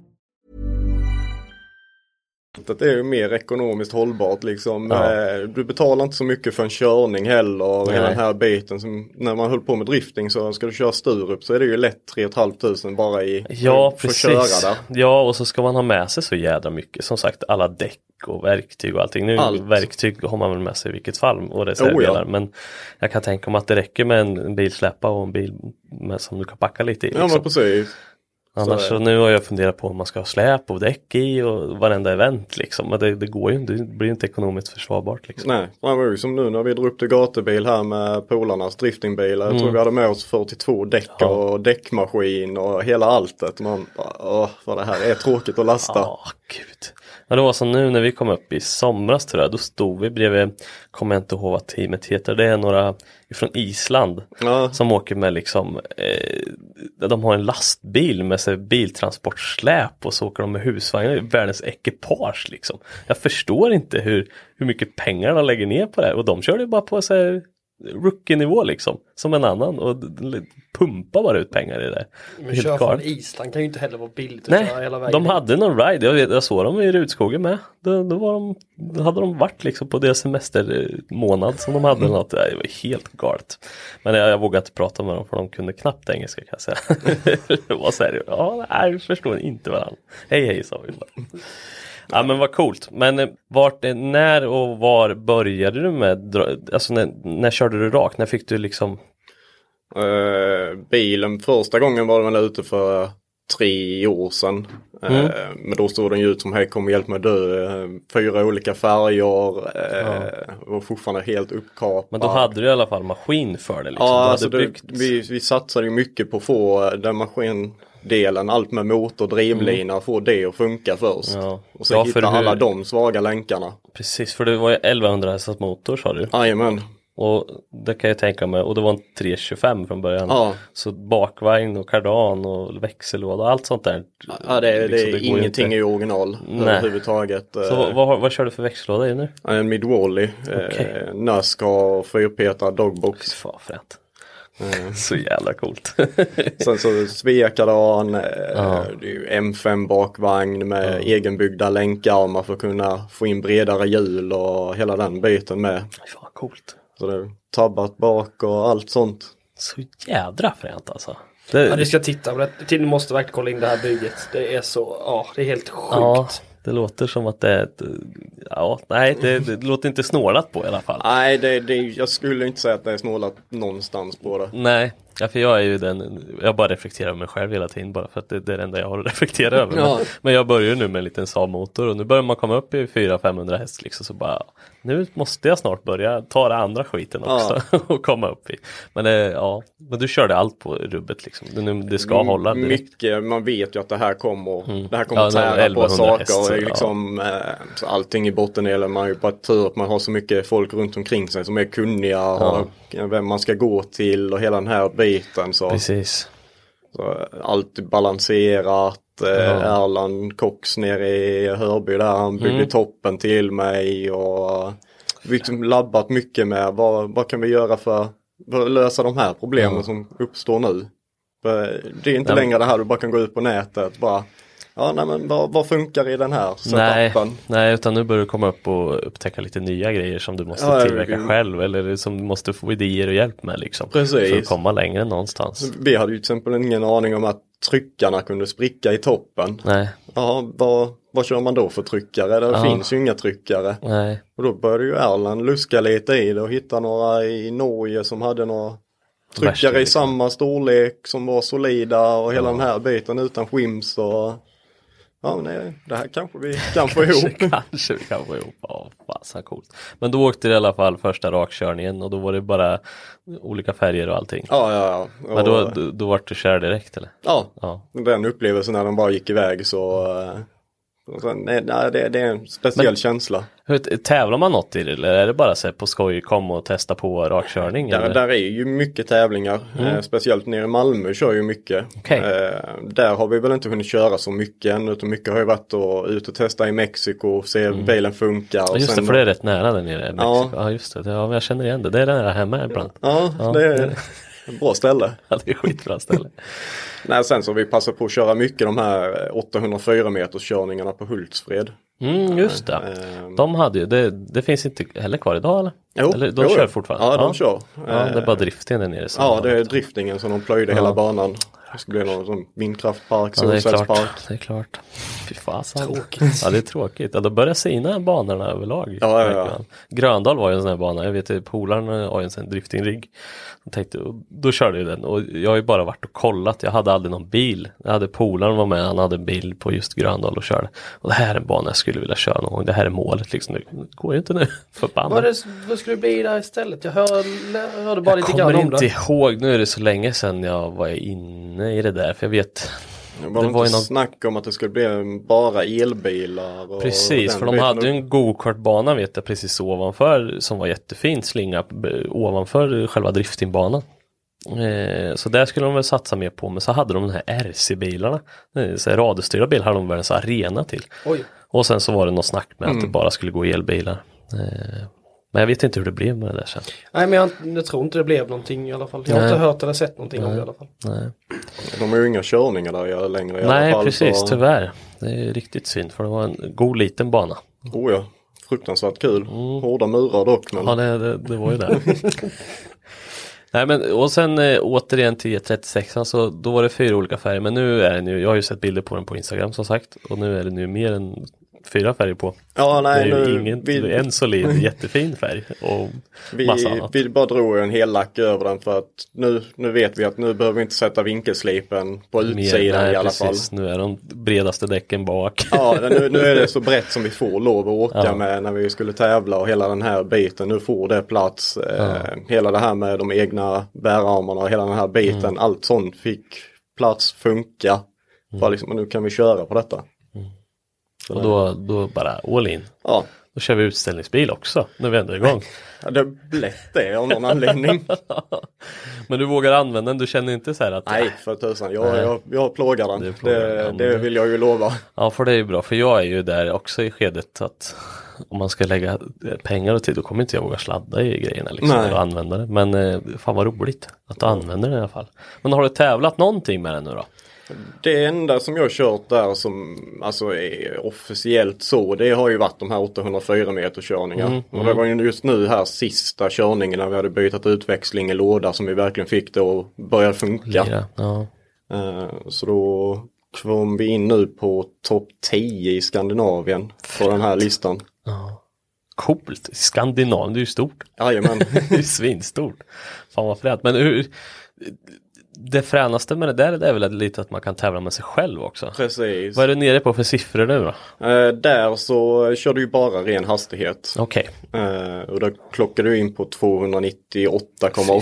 [SPEAKER 3] det är ju mer ekonomiskt hållbart liksom. Eh, Du betalar inte så mycket för en körning heller. och Hela
[SPEAKER 1] Nej.
[SPEAKER 3] den här biten som när man höll på med drifting så ska du köra Sturup så är det ju lätt 3 500 bara i
[SPEAKER 1] Ja
[SPEAKER 3] för att
[SPEAKER 1] precis.
[SPEAKER 3] köra där.
[SPEAKER 1] Ja och så ska man ha med sig så jädra mycket. Som sagt alla däck och verktyg och allting. Nu
[SPEAKER 3] Allt.
[SPEAKER 1] verktyg har man väl med sig i vilket fall och reservdelar.
[SPEAKER 3] Oh, ja.
[SPEAKER 1] Men jag kan tänka mig att det räcker med en, en bilsläpa och en bil med, som du kan packa lite i.
[SPEAKER 3] Ja men
[SPEAKER 1] liksom.
[SPEAKER 3] precis.
[SPEAKER 1] Annars
[SPEAKER 3] Så är
[SPEAKER 1] så
[SPEAKER 3] det.
[SPEAKER 1] nu har jag funderat på om man ska ha släp och däck i och varenda event liksom. Men det, det går ju inte, det blir ju inte ekonomiskt försvarbart liksom.
[SPEAKER 3] Nej, det var ju som nu när vi drog upp till gatubil här med polarnas driftingbilar. Jag
[SPEAKER 1] Mm.
[SPEAKER 3] tror vi hade med oss 42 däck och däckmaskin och hela alltet. Man bara, åh vad det här är tråkigt att lasta.
[SPEAKER 1] Ja, gud. Men det var som nu när vi kom upp i somras tror jag, då stod vi bredvid, kommer jag inte ihåg vad teamet heter, det är några från Island
[SPEAKER 3] Ja.
[SPEAKER 1] som åker med liksom, eh, de har en lastbil med sig biltransportsläp och så åker de med husvagnar, världens ekipage liksom. Jag förstår inte hur, hur mycket pengar de lägger ner på det här och de körde ju bara på så här rookie-nivå liksom, som en annan och d- d- pumpar bara ut pengar i det.
[SPEAKER 2] Men
[SPEAKER 1] Helt
[SPEAKER 2] kör
[SPEAKER 1] galet.
[SPEAKER 2] från Island kan ju inte heller vara billigt att köra
[SPEAKER 1] Nej,
[SPEAKER 2] hela vägen.
[SPEAKER 1] de hade någon ride. Jag, vet, jag såg dem i Rudskogen med. Då, då, var de, då hade de varit liksom på deras semestermånad som de hade.
[SPEAKER 3] Mm.
[SPEAKER 1] eller Något. Det var helt galet. Men jag, jag vågade inte prata med dem för de kunde knappt engelska kan jag säga. det var så här, ja, nej, vi förstår inte varandra. Hej hej sa vi bara. Ja men vad coolt. Men eh, vart, eh, när och var började du med, dra- alltså när, när körde du rakt? När fick du liksom,
[SPEAKER 3] Eh, bilen första gången var den väl ute för tre år sedan. Eh,
[SPEAKER 1] Mm.
[SPEAKER 3] Men då stod den ju ut som här kommer hjälp mig dö. eh, Fyra olika färger. Eh, Var fortfarande helt uppkapad.
[SPEAKER 1] men då hade du i alla fall maskin för det liksom. du
[SPEAKER 3] Ja,
[SPEAKER 1] hade
[SPEAKER 3] alltså det-
[SPEAKER 1] byggt.
[SPEAKER 3] vi, vi satsade ju mycket på att få eh, den maskindelen, allt med motor, drivlina, få det att funka först.
[SPEAKER 1] Mm. Ja.
[SPEAKER 3] Och sen
[SPEAKER 1] Ja, för
[SPEAKER 3] hitta
[SPEAKER 1] hur-
[SPEAKER 3] alla de svaga länkarna.
[SPEAKER 1] Precis, för det var ju 1100 hästars motor sa du.
[SPEAKER 3] Jajamän.
[SPEAKER 1] Och det kan jag tänka mig, och det var en 325 från början.
[SPEAKER 3] Ja.
[SPEAKER 1] Så bakvagn och kardan och växellåda, allt sånt där.
[SPEAKER 3] Ja, det, är- det
[SPEAKER 1] Liksom,
[SPEAKER 3] är
[SPEAKER 1] går ju
[SPEAKER 3] ingenting
[SPEAKER 1] inte.
[SPEAKER 3] i original
[SPEAKER 1] Nej.
[SPEAKER 3] överhuvudtaget.
[SPEAKER 1] Så
[SPEAKER 3] Eh,
[SPEAKER 1] vad, vad, har- vad kör du för växellåda i nu?
[SPEAKER 3] En Midwally,
[SPEAKER 1] Okej.
[SPEAKER 3] eh, Nascar, fyrpetad dogbox.
[SPEAKER 1] Fan vad fränt.
[SPEAKER 3] Mm.
[SPEAKER 1] Så jävla coolt.
[SPEAKER 3] Sen så Svekadan, eh, det är ju M5 bakvagn med egenbyggda länkarmar för att kunna få in bredare hjul och hela den biten med.
[SPEAKER 1] Fan vad coolt.
[SPEAKER 3] Så det är tabbat bak och allt sånt.
[SPEAKER 1] Så jädra fränt alltså. Det,
[SPEAKER 2] Ja, du ska titta på det. Till- Du måste verkligen kolla in det här bygget. Det är så, ja det är helt sjukt.
[SPEAKER 1] ja, det låter som att det är ett, ja, nej det, det låter inte snålat på i alla fall.
[SPEAKER 3] Nej, det, det, jag skulle inte säga att det är snålat någonstans på det.
[SPEAKER 1] Nej, ja, för jag är ju den, jag bara reflekterar över mig själv hela tiden bara för att det, det är det enda jag har att reflektera över. Men, men jag börjar ju nu med en liten Saab-motor och nu börjar man komma upp i 400-500 häst liksom så bara nu måste jag snart börja ta den andra skiten också och komma upp i. Men det, ja, men du körde allt på rubbet liksom. Det, nu- det ska hålla direkt. Mm.
[SPEAKER 3] Mycket, man vet ju att det här kommer, det här kommer
[SPEAKER 1] Ja,
[SPEAKER 3] att
[SPEAKER 1] det är
[SPEAKER 3] tära på
[SPEAKER 1] 1100
[SPEAKER 3] saker.
[SPEAKER 1] häst,
[SPEAKER 3] och
[SPEAKER 1] ja.
[SPEAKER 3] liksom, eh, så allting i botten eller man har ju bara tur att man har så mycket folk runt omkring sig som är kunniga och vem man ska gå till och hela den här biten. Så,
[SPEAKER 1] Precis.
[SPEAKER 3] så allt är balanserat. Eh, Erland Cox nere i Hörby där, han byggde
[SPEAKER 1] Mm.
[SPEAKER 3] toppen till mig och vi liksom labbat mycket med vad, vad kan vi göra för, för att lösa de här problemen som uppstår nu. För Det är inte längre det här du bara kan gå ut på nätet bara, ja nej men vad, vad funkar i den här
[SPEAKER 1] Nej,
[SPEAKER 3] setupen?
[SPEAKER 1] nej, utan nu börjar du komma upp och upptäcka lite nya grejer som du måste
[SPEAKER 3] Ja, ja,
[SPEAKER 1] tillverka
[SPEAKER 3] vi-
[SPEAKER 1] själv eller som du måste få idéer och hjälp med liksom. För att
[SPEAKER 3] Precis.
[SPEAKER 1] komma längre någonstans.
[SPEAKER 3] Vi hade ju till exempel ingen aning om att tryckarna kunde spricka i toppen.
[SPEAKER 1] Nej,
[SPEAKER 3] Ja, vad, vad kör man då för tryckare? Det
[SPEAKER 1] Ja.
[SPEAKER 3] finns ju inga tryckare.
[SPEAKER 1] nej.
[SPEAKER 3] Och då började ju Erland luska lite i det och hitta några i Norge som hade några tryckare i
[SPEAKER 1] liksom.
[SPEAKER 3] samma storlek som var solida och hela den här biten utan skims och ja men det- det här kanske vi kan få ihop.
[SPEAKER 1] Kanske, kanske vi kan få ihop. Ja, fasen coolt. Men då åkte du i alla fall första rakkörningen och då var det bara olika färger och allting.
[SPEAKER 3] Ja, ja, ja.
[SPEAKER 1] Men
[SPEAKER 3] Och,
[SPEAKER 1] då, då, då vart du kär direkt eller?
[SPEAKER 3] ja,
[SPEAKER 1] Ja.
[SPEAKER 3] den upplevelsen när den bara gick iväg så, eh, och sen, nej, nej, det, det är en speciell
[SPEAKER 1] Men-
[SPEAKER 3] känsla.
[SPEAKER 1] Hur, tävlar man något i det eller är det bara så här på skoj, kom och testa på rakkörning?
[SPEAKER 3] Där,
[SPEAKER 1] eller? Mm.
[SPEAKER 3] där är ju mycket tävlingar, eh, speciellt nere i Malmö kör ju mycket.
[SPEAKER 1] Okej.
[SPEAKER 3] Eh, där har vi väl inte hunnit köra så mycket än, utan mycket har ju varit att ut och testa i Mexiko och se hur bilen funkar.
[SPEAKER 1] Mm. Ja,
[SPEAKER 3] och
[SPEAKER 1] just det,
[SPEAKER 3] sen-
[SPEAKER 1] för det är rätt nära där nere i
[SPEAKER 3] Ja.
[SPEAKER 1] Mexiko. Ja, just det. Ja, men jag känner igen det. Det är nära hemma ibland.
[SPEAKER 3] Ja, det är ett bra ställe.
[SPEAKER 1] Ja, det är skitbra ställe.
[SPEAKER 3] Nej, sen så har vi passat på att köra mycket de här eh, 804 meters körningarna på Hultsfred.
[SPEAKER 1] Mm, just det.
[SPEAKER 3] Ehm.
[SPEAKER 1] De hade ju, det, det finns inte heller kvar idag eller?
[SPEAKER 3] Jo,
[SPEAKER 1] eller de
[SPEAKER 3] jo, jo.
[SPEAKER 1] kör fortfarande?
[SPEAKER 3] Ja, de kör.
[SPEAKER 1] Ja, det är
[SPEAKER 3] Eh,
[SPEAKER 1] bara driften där nere. som
[SPEAKER 3] Ja,
[SPEAKER 1] har-
[SPEAKER 3] det är driftingen som de plöjde hela banan. Det skulle bli någon sån vindkraftpark,
[SPEAKER 1] Ja, det är
[SPEAKER 3] solcellspark.
[SPEAKER 1] klart. Det är klart. Fy fasen. Tråkigt. Ja, det är tråkigt. Ja, då börjar sina banorna överlag.
[SPEAKER 3] Ja, ja, ja.
[SPEAKER 1] verkligen. Gröndal var ju en sån här bana. Jag vet ju, polaren har ju en sån här driftingrigg. Jag tänkte, och då körde jag den och jag har ju bara varit och kollat. Jag hade aldrig någon bil. Jag hade polaren var med, han hade en bil på just Gröndal och körde. Och det här är en bana jag skulle vilja köra någon gång. Det här är målet liksom. Det går ju inte nu.
[SPEAKER 2] Vad,
[SPEAKER 1] Förbannat.
[SPEAKER 2] är det, vad skulle det bli där istället? Jag hör, hörde bara
[SPEAKER 1] Jag
[SPEAKER 2] lite grann
[SPEAKER 1] kommer
[SPEAKER 2] om
[SPEAKER 1] inte
[SPEAKER 2] det.
[SPEAKER 1] ihåg, nu är det så länge sedan jag var inne i det där. För jag vet,
[SPEAKER 3] Det var,
[SPEAKER 1] Det
[SPEAKER 3] inte
[SPEAKER 1] var ju någon-
[SPEAKER 3] snack om att det skulle bli bara elbilar. Och
[SPEAKER 1] Precis,
[SPEAKER 3] den
[SPEAKER 1] för de
[SPEAKER 3] biten.
[SPEAKER 1] hade ju en gokartbana vet jag precis ovanför som var jättefin slinga b- ovanför själva driftingbanan. Eh, så där skulle de väl satsa mer på, men så hade de de här RC-bilarna. eh, så här Radiostyrda bilar hade de väl en sån här arena till.
[SPEAKER 2] Oj.
[SPEAKER 1] Och sen så var det något snack med att
[SPEAKER 3] Mm.
[SPEAKER 1] det bara skulle gå elbilar. Eh, men jag vet inte hur det blev med det där sen.
[SPEAKER 2] Nej men jag, jag tror inte det blev någonting i alla fall. Jag har
[SPEAKER 1] Nej.
[SPEAKER 2] inte hört eller sett någonting om det i alla fall.
[SPEAKER 1] Nej,
[SPEAKER 3] De har ju inga körningar där längre i alla
[SPEAKER 1] Nej
[SPEAKER 3] fall.
[SPEAKER 1] precis,
[SPEAKER 3] så-
[SPEAKER 1] tyvärr. Det är riktigt synd för det var en god liten bana.
[SPEAKER 3] Oh ja, fruktansvärt kul. Hårda murar dock. Men...
[SPEAKER 1] Mm. Ja, det, det, det var ju det. Nej, men, och sen eh, återigen till alltså, 36 så då var det fyra olika färger. Men nu är den ju, jag har ju sett bilder på den på Instagram som sagt. Och nu är den ju mer än fyra färger på.
[SPEAKER 3] Ja, nej,
[SPEAKER 1] det är ju
[SPEAKER 3] nu
[SPEAKER 1] ingen,
[SPEAKER 3] vill-
[SPEAKER 1] en solid jättefin färg och
[SPEAKER 3] Vi,
[SPEAKER 1] massa annat.
[SPEAKER 3] vi bara drog en hel lack över den för att nu, nu vet vi att nu behöver vi inte sätta vinkelslipen på
[SPEAKER 1] Mer-
[SPEAKER 3] utsidan
[SPEAKER 1] nej,
[SPEAKER 3] i alla
[SPEAKER 1] precis,
[SPEAKER 3] fall.
[SPEAKER 1] Nu är de bredaste däcken bak.
[SPEAKER 3] Ja, den- nu, nu är det så brett som vi får lov att åka
[SPEAKER 1] Ja.
[SPEAKER 3] med när vi skulle tävla och hela den här biten. Nu får det plats. Eh, hela det här med de egna bärarmarna och hela den här biten.
[SPEAKER 1] Mm.
[SPEAKER 3] Allt sånt fick plats, funka.
[SPEAKER 1] Mm.
[SPEAKER 3] Bara liksom, nu kan vi köra på detta.
[SPEAKER 1] och då, då bara all in.
[SPEAKER 3] Ja,
[SPEAKER 1] Då kör vi utställningsbil också när vi ändå är igång.
[SPEAKER 3] Ja, det blev det av någon anledning.
[SPEAKER 1] Men du vågar använda den, du känner inte så här att
[SPEAKER 3] Nej, för tusan. Jag, jag, jag plågar den.
[SPEAKER 1] Du
[SPEAKER 3] Det,
[SPEAKER 1] plågar
[SPEAKER 3] det,
[SPEAKER 1] den.
[SPEAKER 3] vill jag ju lova.
[SPEAKER 1] Ja, för det är ju bra, för jag är ju där också i skedet att om man ska lägga eh, pengar och tid, då kommer inte jag våga sladda i grejerna liksom,
[SPEAKER 3] Nej.
[SPEAKER 1] och använda det. Men eh, fan vad roligt att du använder det i alla fall. Men har du tävlat någonting med den nu då?
[SPEAKER 3] Det enda som jag kört där som alltså är officiellt så, det har ju varit de här 804 meter körningar.
[SPEAKER 1] Mm,
[SPEAKER 3] Och det var ju just nu här sista körningen när vi hade bytt utväxling i låda som vi verkligen fick det att börja funka.
[SPEAKER 1] Lira. ja.
[SPEAKER 3] Eh, Så då kom vi in nu på topp 10 i Skandinavien på den här listan.
[SPEAKER 1] Coolt, Skandinavien, det är ju stort.
[SPEAKER 3] Jajamän.
[SPEAKER 1] Det är ju svinstort. Fan vad fränt. Men hur, det fränaste med det där det är väl lite att man kan tävla med sig själv också.
[SPEAKER 3] Precis.
[SPEAKER 1] Vad är du nere på för siffror nu då?
[SPEAKER 3] Eh, Där så kör du ju bara ren hastighet.
[SPEAKER 1] Okej.
[SPEAKER 3] Eh, och då klockar du in på 298,8.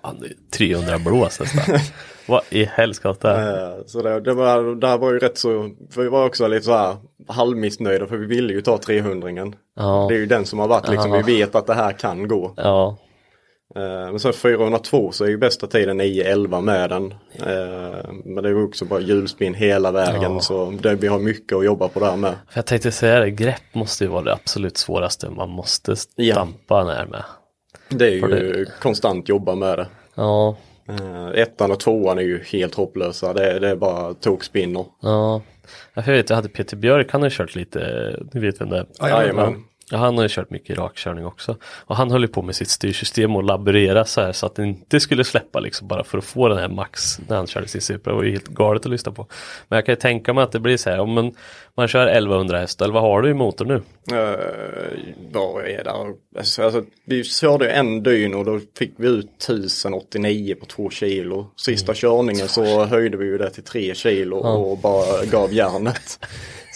[SPEAKER 1] Fan, det är 300 blås nästan. Vad i helskotta.
[SPEAKER 3] Eh, Så det, det, var, det här var ju rätt så, för vi var också lite så här halvmissnöjda för vi ville ju ta 300-ringen.
[SPEAKER 1] Ja.
[SPEAKER 3] Det är ju den som har varit liksom,
[SPEAKER 1] Ja.
[SPEAKER 3] vi vet att det här kan gå.
[SPEAKER 1] Ja,
[SPEAKER 3] Eh, Men sen 402 så är ju bästa tiden 9-11 med den. Eh, Men det är ju också bara hjulspinn hela vägen så det, vi har mycket att jobba på där med.
[SPEAKER 1] för jag tänkte säga det, grepp måste ju vara det absolut svåraste man måste
[SPEAKER 3] Ja.
[SPEAKER 1] stampa ner med.
[SPEAKER 3] Det är ju
[SPEAKER 1] För det-
[SPEAKER 3] konstant jobba med det.
[SPEAKER 1] Ja,
[SPEAKER 3] Eh, Ettan och tvåan är ju helt hopplösa, det, det är bara tokspinner.
[SPEAKER 1] ja. Ja, för Jag vet, jag hade Peter Björk, han har ju kört lite, ni vet vem det är?
[SPEAKER 3] Jajamän.
[SPEAKER 1] Ja, han har ju kört mycket rakkörning också. Och han höll ju på med sitt styrsystem och laborera så här så att det inte skulle släppa liksom bara för att få den här max när han körde sin Supra. Det var ju helt galet att lyssna på. Men jag kan ju tänka mig att det blir så här, om man, man kör 1100 hästar, eller vad har du i motor nu?
[SPEAKER 3] Uh, vad är det? Alltså, alltså, vi körde en dyn och då fick vi ut 1089 på 2 kilo. Sista körningen så höjde vi ju det till 3 kilo och bara gav järnet.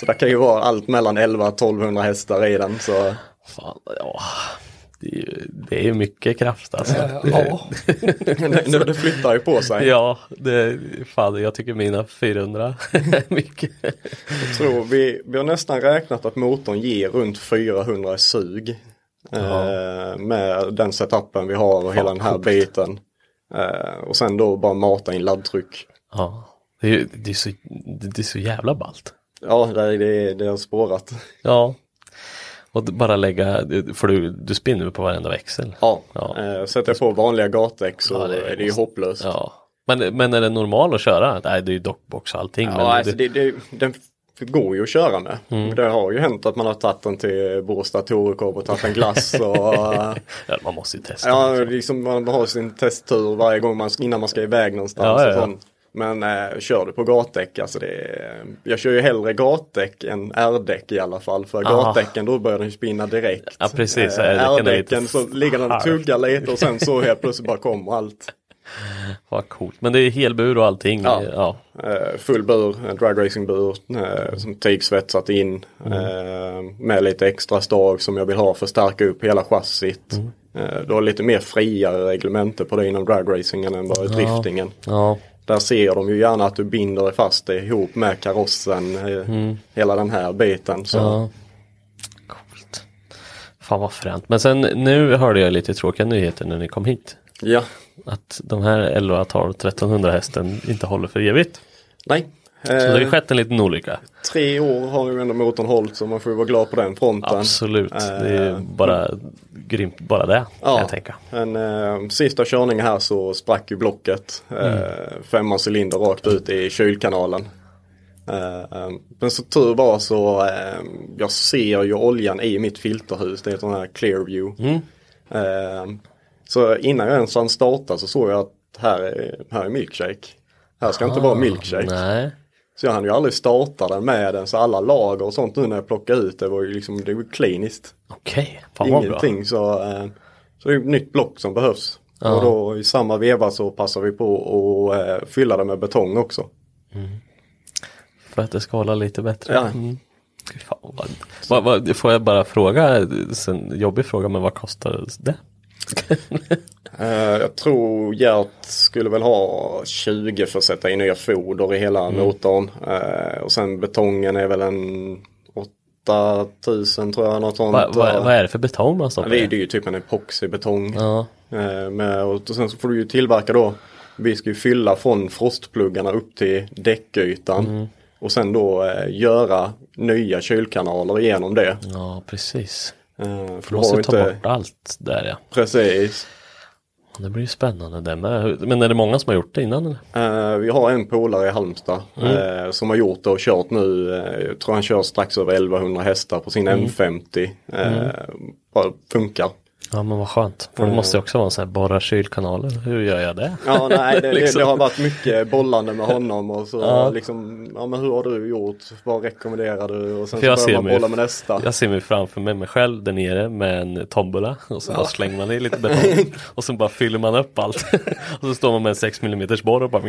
[SPEAKER 3] så det kan ju vara allt mellan 11 och 1200 hästar i den. Så
[SPEAKER 1] Fan, ja. Det är ju det är ju mycket kraft alltså.
[SPEAKER 2] Ja.
[SPEAKER 3] det, det flyttar ju på sig.
[SPEAKER 1] Ja, det, fan jag tycker mina 400 är mycket.
[SPEAKER 3] Jag tror vi, vi har nästan räknat att motorn ger runt 400 sug. eh, med den setupen vi har och hela den här biten. Eh, och sen då bara mata in laddtryck.
[SPEAKER 1] Ja, det är, ju- det är, så, det är så jävla ballt.
[SPEAKER 3] Ja, det, det, det har spårat.
[SPEAKER 1] Ja, och d- bara lägga, för du, du spinner ju på varenda växel.
[SPEAKER 3] Ja.
[SPEAKER 1] Ja.
[SPEAKER 3] Eh, sätter jag på vanliga gatdäck så
[SPEAKER 1] Ja, det
[SPEAKER 3] det är det ju
[SPEAKER 1] måste-
[SPEAKER 3] hopplöst. Ja.
[SPEAKER 1] Ja. Men, men är det normal att köra? Nej, det är ju dockbox och allting. men
[SPEAKER 3] alltså,
[SPEAKER 1] det, Mm.
[SPEAKER 3] det, det, den f- går ju att köra med. Det har ju hänt att man har tagit den till Båstad Torekov och tagit en glass. Och, eh,
[SPEAKER 1] ja, man måste ju testa.
[SPEAKER 3] ja,
[SPEAKER 1] liksom.
[SPEAKER 3] liksom man har sin testtur varje gång man, innan man ska iväg någonstans.
[SPEAKER 1] Ja, ja,
[SPEAKER 3] och
[SPEAKER 1] ja.
[SPEAKER 3] sånt. Men eh, kör du på gatdäck, alltså det är, jag kör ju hellre gatdäck än R-däck i alla fall. För
[SPEAKER 1] Ah.
[SPEAKER 3] gatdäcken då börjar den ju spinna direkt.
[SPEAKER 1] Ja, precis.
[SPEAKER 3] Eh,
[SPEAKER 1] R-däcken är lite
[SPEAKER 3] R-däcken så ligger den och
[SPEAKER 1] skarp.
[SPEAKER 3] tuggar lite och sen så helt plötsligt bara kommer allt.
[SPEAKER 1] Vad coolt. Men det är helbur och allting. Ja.
[SPEAKER 3] Ja.
[SPEAKER 1] Ja.
[SPEAKER 3] Eh, full bur, en dragracing-bur eh, som tygsvetsat in
[SPEAKER 1] Mm.
[SPEAKER 3] eh, med lite extra stag som jag vill ha för att stärka upp hela chassit.
[SPEAKER 1] Mm.
[SPEAKER 3] Eh, du har lite mer friare reglementer på det inom dragracingen än bara i driftingen.
[SPEAKER 1] ja.
[SPEAKER 3] Där ser de ju gärna att du binder dig fast dig ihop med karossen, eh, hela den här biten. Så.
[SPEAKER 1] Mm. Ja. Coolt. Fan vad fränt. Men sen nu hörde jag lite tråkiga nyheter när ni kom hit.
[SPEAKER 3] ja,
[SPEAKER 1] Att de här 11 12 1300 hästen inte håller för evigt.
[SPEAKER 3] nej.
[SPEAKER 1] Så det har ju
[SPEAKER 3] Eh,
[SPEAKER 1] skett en liten olycka.
[SPEAKER 3] tre år har ju ändå motorn hållit så man får ju vara glad på den fronten.
[SPEAKER 1] Absolut. Det är ju
[SPEAKER 3] Eh,
[SPEAKER 1] bara grymt bara det. Kan jag tänka.
[SPEAKER 3] Men eh, sista körningen här så sprack ju blocket.
[SPEAKER 1] Mm.
[SPEAKER 3] Eh, Femmans cylinder rakt ut i kylkanalen. Eh, eh, men så tur var så eh, jag ser ju oljan i mitt filterhus. Det heter den här Clearview.
[SPEAKER 1] Mm.
[SPEAKER 3] Eh, så innan jag ens hann starta så såg jag att här är, här är milkshake. Här ska inte vara milkshake.
[SPEAKER 1] Ah, Nej.
[SPEAKER 3] Så jag hann ju aldrig starta den med den så alla lager och sånt nu när jag plockade ut det var ju liksom det var kliniskt.
[SPEAKER 1] Okej, fan vad bra.
[SPEAKER 3] Ingenting så, eh, så det är ju ett nytt block som behövs. Och då i samma veva så passar vi på att eh, fylla det med betong också.
[SPEAKER 1] För att det ska hålla lite bättre.
[SPEAKER 3] Ja.
[SPEAKER 1] Mm. Fy Fan, vad... Vad, vad, får jag bara fråga, sen, jobbig fråga, men vad kostar det?
[SPEAKER 3] Eh, jag tror Gert skulle väl ha 20 för att sätta in nya foder i hela
[SPEAKER 1] Mm.
[SPEAKER 3] motorn. Eh, och sen betongen är väl en 8000 tror jag något sånt.
[SPEAKER 1] Va, va, vad är det för betong man
[SPEAKER 3] Ja,
[SPEAKER 1] stoppar
[SPEAKER 3] det, är,
[SPEAKER 1] i?
[SPEAKER 3] det är ju typ en epoxybetong.
[SPEAKER 1] Ja.
[SPEAKER 3] Eh, med, och sen så får du ju tillverka då. Vi ska ju fylla från frostpluggarna upp till däckytan.
[SPEAKER 1] Mm.
[SPEAKER 3] Och sen då eh, göra nya kylkanaler genom det.
[SPEAKER 1] ja, precis.
[SPEAKER 3] Eh, för
[SPEAKER 1] Du
[SPEAKER 3] du har
[SPEAKER 1] måste
[SPEAKER 3] ju
[SPEAKER 1] ta
[SPEAKER 3] inte...
[SPEAKER 1] bort allt där ja.
[SPEAKER 3] Precis.
[SPEAKER 1] Det blir ju spännande det med. Men är det många som har gjort det innan eller?
[SPEAKER 3] Eh, vi har en polare i Halmstad
[SPEAKER 1] Mm.
[SPEAKER 3] eh, som har gjort det och kört nu. Eh, jag tror han kör strax över 1100 hästar på sin
[SPEAKER 1] Mm.
[SPEAKER 3] M50. Eh, Bara funkar.
[SPEAKER 1] Ja men vad skönt. För
[SPEAKER 3] Mm.
[SPEAKER 1] det måste ju också vara en sån här borra kylkanaler. Hur gör jag det?
[SPEAKER 3] Ja, nej, det,
[SPEAKER 1] Liksom.
[SPEAKER 3] det, det har varit mycket bollande med honom och så liksom, ja men hur har du gjort, vad rekommenderar du och sen
[SPEAKER 1] För
[SPEAKER 3] så
[SPEAKER 1] jag,
[SPEAKER 3] börjar
[SPEAKER 1] ser
[SPEAKER 3] man
[SPEAKER 1] mig,
[SPEAKER 3] bolla med nästa.
[SPEAKER 1] jag ser mig framför mig, mig själv där nere med en tombola och så bara slänger man i lite betong och sen bara fyller man upp allt. och så står man med en 6 mm borr och bara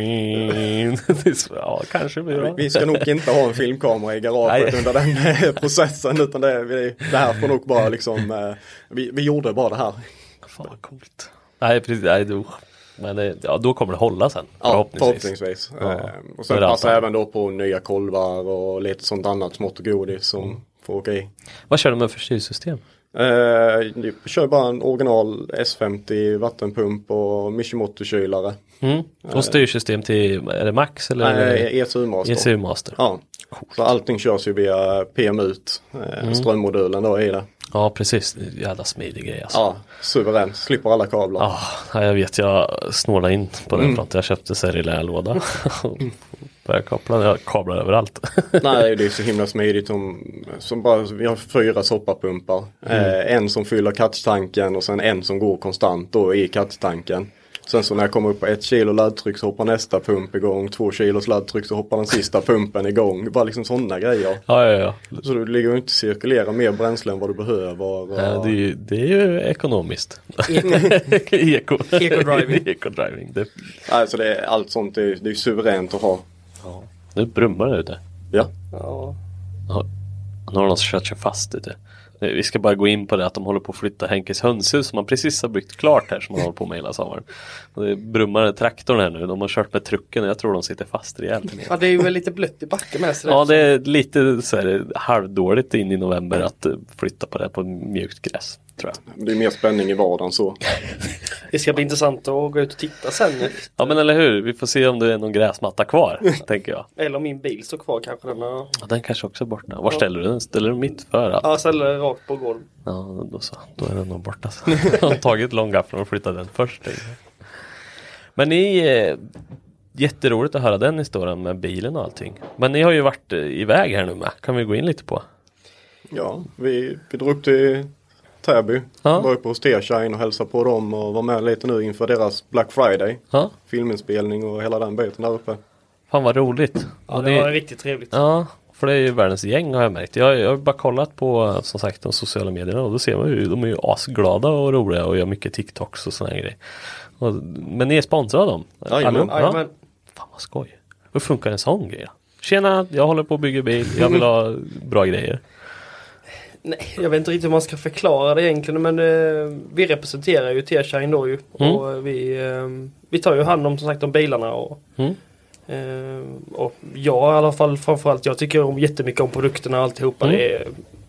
[SPEAKER 1] Ja, kanske blir
[SPEAKER 3] Vi-
[SPEAKER 1] det.
[SPEAKER 3] Vi ska nog inte ha en filmkamera i garaget
[SPEAKER 1] Nej.
[SPEAKER 3] under den eh, processen utan det, vi, det här får nog bara liksom, eh, vi, vi gjorde bara det här.
[SPEAKER 1] Fan vad coolt. Nej, precis. Nej, då, men det, ja, då kommer det hålla sen.
[SPEAKER 3] Ja,
[SPEAKER 1] förhoppningsvis.
[SPEAKER 3] förhoppningsvis. Eh, Och sen
[SPEAKER 1] För allt
[SPEAKER 3] passar
[SPEAKER 1] annat.
[SPEAKER 3] även då på nya kolvar och lite sånt annat smått och godis som
[SPEAKER 1] Mm.
[SPEAKER 3] får åka i.
[SPEAKER 1] Vad kör du med för styrsystem?
[SPEAKER 3] Eh, jag kör bara en original S50 vattenpump och Mishimoto-kylare.
[SPEAKER 1] Mm. Och styrsystem till, är det Max eller?
[SPEAKER 3] Eh. Nej, ECU Master.
[SPEAKER 1] ECU Master. Ja.
[SPEAKER 3] Ja, så allting körs ju via PM ut, eh,
[SPEAKER 1] Mm.
[SPEAKER 3] strömmodulen då i det.
[SPEAKER 1] precis. Det är en Jävla smidig grej alltså.
[SPEAKER 3] Ja, suverän, slipper alla kablar.
[SPEAKER 1] Ja, Ah, jag vet. Jag snålade in på den fronten. Jag köpte serielärlåda. Började koppla. Jag kablar överallt.
[SPEAKER 3] Nej, det är så himla smidigt som, som bara, vi har fyra soppapumpar.
[SPEAKER 1] Mm.
[SPEAKER 3] Eh, en som fyller catchtanken och sen en som går konstant då i catchtanken. Sen så när jag kommer upp på ett kilo laddtryck så hoppar nästa pump igång, två kilos laddtryck så hoppar den sista pumpen igång. Bara liksom sådana grejer.
[SPEAKER 1] ja, ja, ja.
[SPEAKER 3] Så du ligger ju inte och cirkulerar mer bränsle än vad du behöver. Och,
[SPEAKER 1] Eh, Det är ju, det är ju ekonomiskt. Eko.
[SPEAKER 2] Eco-driving.
[SPEAKER 1] Eco-driving. Det,
[SPEAKER 3] Alltså det är allt sånt, det är, det är suveränt att ha.
[SPEAKER 1] nu brummar det ute.
[SPEAKER 3] Ja.
[SPEAKER 1] Nu har de kört sig fast ute. Eh, Vi ska bara gå in på det att de håller på att flytta Henkes hönshus som man precis har byggt klart här som man håller på med hela sommaren. Och det brummar i traktorn här nu. De har kört med trucken och jag tror de sitter fast rejält.
[SPEAKER 2] Ja det är ju väl lite blött i backen med så det-
[SPEAKER 1] Ja, det är lite så här, halvdåligt in i november att eh, flytta på det här på mjukt gräs. Tror jag.
[SPEAKER 3] Det är mer spänning i vardagen så.
[SPEAKER 2] det ska bli intressant att gå ut och titta sen.
[SPEAKER 1] Ja men eller hur, vi får se om det är någon gräsmatta kvar, tänker jag.
[SPEAKER 2] Eller om min bil står kvar kanske den har...
[SPEAKER 1] Ja, den kanske också är borta. Var ställer du den? Ställer du mitt för? att-
[SPEAKER 2] Ja, ställer den rakt på golvet.
[SPEAKER 1] Ja, då så. Då är den nog borta. så. De har tagit långgaffeln och flyttat den först. tänker jag. Men ni, eh, jätteroligt att höra den historien med bilen och allting. Men ni har ju varit eh, iväg här nu med, kan vi gå in lite på.
[SPEAKER 3] Ja, vi, vi drog upp till Täby.
[SPEAKER 1] Ja.
[SPEAKER 3] Var uppe på Steershine och hälsade på dem och var med lite nu inför deras Black Friday.
[SPEAKER 1] Ja,
[SPEAKER 3] Filminspelning och hela den biten där uppe.
[SPEAKER 1] fan vad roligt.
[SPEAKER 2] Ja,
[SPEAKER 1] Och
[SPEAKER 2] det
[SPEAKER 1] ni-
[SPEAKER 2] var riktigt trevligt.
[SPEAKER 1] Ja, för det är ju världens gäng har jag märkt. Jag, jag har bara kollat på som sagt de sociala medierna och då ser man ju, de är ju asglada och roliga och gör mycket TikToks och såna här grejer. Och, men ni är sponsrade av dem?
[SPEAKER 3] Jajamän.
[SPEAKER 1] Allihop?
[SPEAKER 2] Jajamän.
[SPEAKER 1] Fan vad skoj. Hur funkar en sån grej? då? Tjena, jag håller på att bygga bil, jag vill ha bra grejer.
[SPEAKER 2] Nej, jag vet inte riktigt hur man ska förklara det egentligen men eh, vi representerar ju T-Shine då ju.
[SPEAKER 1] Mm.
[SPEAKER 2] Och eh, vi, eh, vi tar ju hand om som sagt om bilarna och,
[SPEAKER 1] Mm.
[SPEAKER 2] eh, och jag i alla fall framförallt jag tycker om jättemycket om produkterna och alltihopa.
[SPEAKER 1] Mm.
[SPEAKER 2] Det är,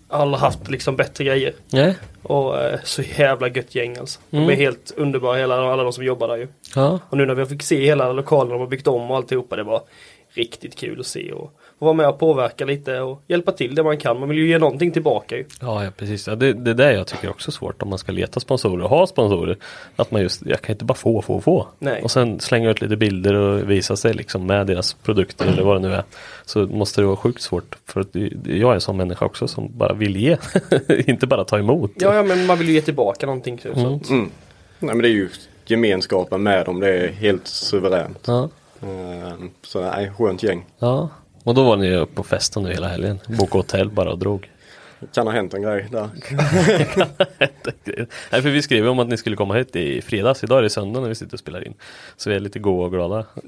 [SPEAKER 2] alla har haft liksom bättre grejer.
[SPEAKER 1] Nej.
[SPEAKER 2] Och eh, så jävla gött gäng alltså.
[SPEAKER 1] Mm.
[SPEAKER 2] De är helt underbara hela, alla de som jobbar där ju.
[SPEAKER 1] Ja.
[SPEAKER 2] Och nu när vi fick se hela lokalen de har byggt om och alltihopa det var riktigt kul att se och, och vara med och påverka lite och hjälpa till det man kan. Man vill ju ge någonting tillbaka ju.
[SPEAKER 1] Ja, ja precis. Ja, det, det är det jag tycker också är svårt om man ska leta sponsorer och ha sponsorer. Att man just, jag kan inte bara få, få, få.
[SPEAKER 2] Nej.
[SPEAKER 1] Och sen slänga ut lite bilder och visa sig liksom med deras produkter eller vad det nu är. Så måste det vara sjukt svårt. För att det- jag är som människa också som bara vill ge. inte bara ta emot.
[SPEAKER 2] Ja, ja men man vill ju ge tillbaka någonting. typ, Så, så att,
[SPEAKER 3] Nej men det är ju gemenskapen med dem, det är helt suveränt.
[SPEAKER 1] Ja.
[SPEAKER 3] Eh, Så nej, skönt gäng.
[SPEAKER 1] ja. Och då var ni uppe på festen nu hela helgen. Bokade hotell bara och drog.
[SPEAKER 3] Kan ha hänt en grej där.
[SPEAKER 1] Nej, för vi skrev ju om att ni skulle komma hit i fredags. Idag är det söndag när vi sitter och spelar in. Så vi är lite goa och glada.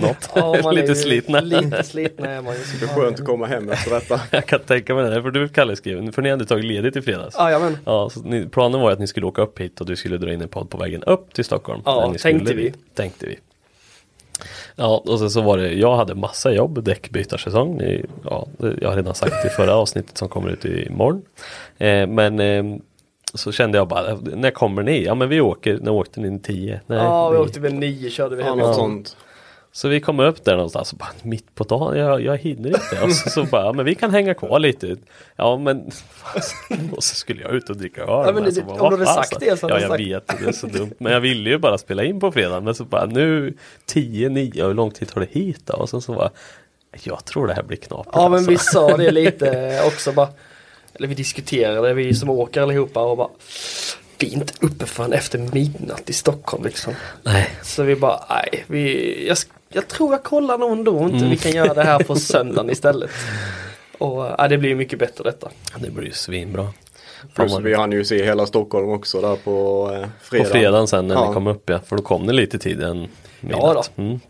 [SPEAKER 1] Något.
[SPEAKER 2] Ja, man är
[SPEAKER 1] lite
[SPEAKER 2] ju-
[SPEAKER 1] slitna.
[SPEAKER 2] Lite slitna är man ju.
[SPEAKER 3] Det är skönt att komma hem efter detta.
[SPEAKER 1] Jag kan tänka mig det. Där, för du Kalle skrev, för ni hade tagit ledigt i fredags.
[SPEAKER 2] Jajamän.
[SPEAKER 1] Ja, så ni, planen var ju att ni skulle åka upp hit och du skulle dra in en podd på vägen upp till Stockholm.
[SPEAKER 2] Ja,
[SPEAKER 1] När ni skulle
[SPEAKER 2] tänkte vi.
[SPEAKER 1] dit. Tänkte vi. Ja, och sen så var det, jag hade massa jobb, däckbytarsäsong. Ni- Ja, det- jag har redan sagt i förra avsnittet som kommer ut imorgon. Eh, men eh, så kände jag bara, "Äh, när kommer ni? Ja men vi åker, när åkte ni? Tio? Nej,
[SPEAKER 2] Ja, vi
[SPEAKER 1] ni-
[SPEAKER 2] åkte väl nio körde vi
[SPEAKER 3] Ja,
[SPEAKER 2] hem.
[SPEAKER 3] något sånt.
[SPEAKER 1] så vi kom upp där någonstans och bara mitt på dagen, jag, jag hinner inte. Och så, så bara, ja, men vi kan hänga kvar lite. Ja men, och så skulle jag ut och dricka öl.
[SPEAKER 2] Ja, men
[SPEAKER 1] Men så
[SPEAKER 2] det-
[SPEAKER 1] bara,
[SPEAKER 2] om
[SPEAKER 1] vad
[SPEAKER 2] du hade
[SPEAKER 1] fasen?
[SPEAKER 2] sagt det så hade
[SPEAKER 1] Ja
[SPEAKER 2] jag
[SPEAKER 1] jag vet, det är så dumt. Men jag ville ju bara spela in på fredag. Men så bara, nu 10, 9, hur lång tid tar det hit då? Och sen så bara, jag tror det här blir knapert.
[SPEAKER 2] Ja men
[SPEAKER 1] alltså.
[SPEAKER 2] vi sa det lite också bara. Eller vi diskuterade, vi som åker allihopa och bara. Vi är inte uppe förrän efter midnatt i Stockholm liksom.
[SPEAKER 1] Nej,
[SPEAKER 2] Så vi bara, nej, vi, jag, jag tror jag kollar nog ändå om inte vi kan göra det här på söndagen istället. Och ja, det blir ju mycket bättre detta.
[SPEAKER 1] det blir ju svinbra. Fan,
[SPEAKER 3] Plus
[SPEAKER 1] vad-
[SPEAKER 3] vi hann ju se hela Stockholm också där på eh,
[SPEAKER 1] På
[SPEAKER 3] fredag.
[SPEAKER 1] fredagen sen när
[SPEAKER 3] ja.
[SPEAKER 1] ni kom upp ja, för då kom ni lite tidigare än midnatt.
[SPEAKER 2] då.
[SPEAKER 1] Mm.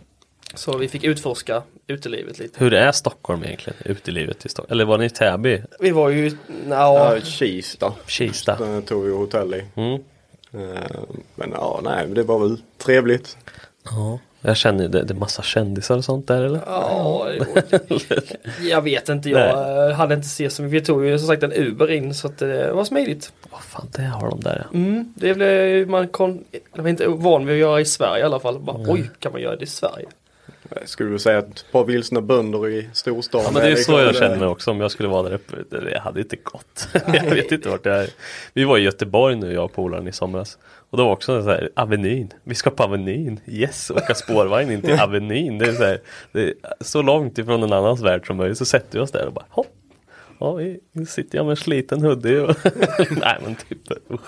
[SPEAKER 2] Så vi fick utforska utelivet lite.
[SPEAKER 1] Hur är Stockholm egentligen? Utelivet i Stockholm? Eller var ni i Täby?
[SPEAKER 2] Vi var ju,
[SPEAKER 3] Ja, Eh,
[SPEAKER 2] nja,
[SPEAKER 3] Kista.
[SPEAKER 1] Kista?
[SPEAKER 3] Den Eh, tog vi hotell i.
[SPEAKER 1] Mm.
[SPEAKER 3] Eh, Men ja, nej, men det var väl trevligt.
[SPEAKER 1] Ja, jag känner det, det är massa kändisar och sånt där eller?
[SPEAKER 2] ja, jo, jag vet inte, jag eh, hade inte sett så mycket. Vi tog ju som sagt en Uber in så att eh, det var smidigt.
[SPEAKER 1] Vad fan, det har de där ja.
[SPEAKER 2] Mm, det blev ju- man kon, jag var inte van vid att göra i Sverige i alla fall. Bara,
[SPEAKER 3] Mm.
[SPEAKER 2] Oj, kan man göra det i Sverige?
[SPEAKER 3] Jag skulle väl säga ett par vilsna bönder i storstan. liksom, eh,
[SPEAKER 1] Ja, men det är ju så
[SPEAKER 3] klart
[SPEAKER 1] jag
[SPEAKER 3] det-
[SPEAKER 1] känner mig också om jag skulle vara där uppe. Det- Det hade inte gått. jag vet inte vart jag är. Vi var i Göteborg nu jag och polaren i somras. Och då var också så här, Avenyn. Vi ska på Avenyn. Yes, åka spårvagn in till Avenyn. Det är så, här, det är så långt ifrån en annans värld som möjligt. Så sätter vi oss där och bara hopp. Ja, vi- nu sitter jag med en sliten hoodie. Och Nej men typ, usch.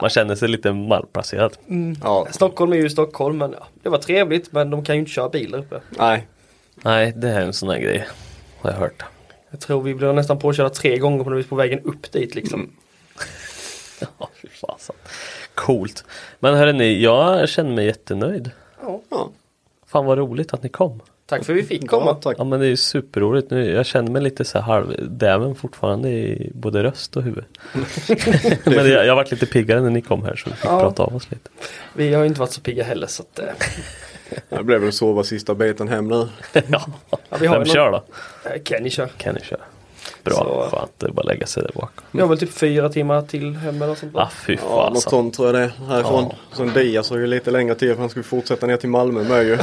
[SPEAKER 1] Man känner sig lite malplacerad.
[SPEAKER 3] Ja,
[SPEAKER 2] Stockholm är ju Stockholm men ja, det var trevligt men de kan ju inte köra bil där uppe.
[SPEAKER 3] nej.
[SPEAKER 1] Nej, det här är en sån här grej. Har jag hört.
[SPEAKER 2] Jag tror vi blev nästan påkörda tre gånger på något vis på vägen upp dit liksom.
[SPEAKER 3] Mm.
[SPEAKER 1] Ja, fy fasen. Coolt. Men hörni, jag känner mig jättenöjd.
[SPEAKER 3] Ja,
[SPEAKER 1] Fan vad roligt att ni kom.
[SPEAKER 2] Tack för att vi fick
[SPEAKER 3] ja
[SPEAKER 2] komma.
[SPEAKER 3] tack.
[SPEAKER 1] Ja men det är ju superroligt nu. Jag känner mig lite så här halvdäven fortfarande i både röst och huvud. men jag, jag har varit lite piggare när ni kom här så vi fick
[SPEAKER 2] Ja.
[SPEAKER 1] prata av oss lite.
[SPEAKER 2] Vi har ju inte varit så pigga heller så att, eh,
[SPEAKER 3] Jag blev väl sova sista biten hem nu.
[SPEAKER 1] ja.
[SPEAKER 2] vi har
[SPEAKER 1] Vem
[SPEAKER 2] ju
[SPEAKER 1] kör då?
[SPEAKER 2] eh, Kenny kör.
[SPEAKER 1] Kan ni köra? Bra,
[SPEAKER 2] Så-
[SPEAKER 1] skönt. Det är bara att lägga sig där bak.
[SPEAKER 2] Vi har väl typ fyra timmar till hem eller något sånt. där.
[SPEAKER 1] Ah fy
[SPEAKER 3] Ja, något
[SPEAKER 1] fasen.
[SPEAKER 3] sånt tror jag det är härifrån. Sen Diaz har ju lite längre tid för han skulle fortsätta ner till Malmö med ju.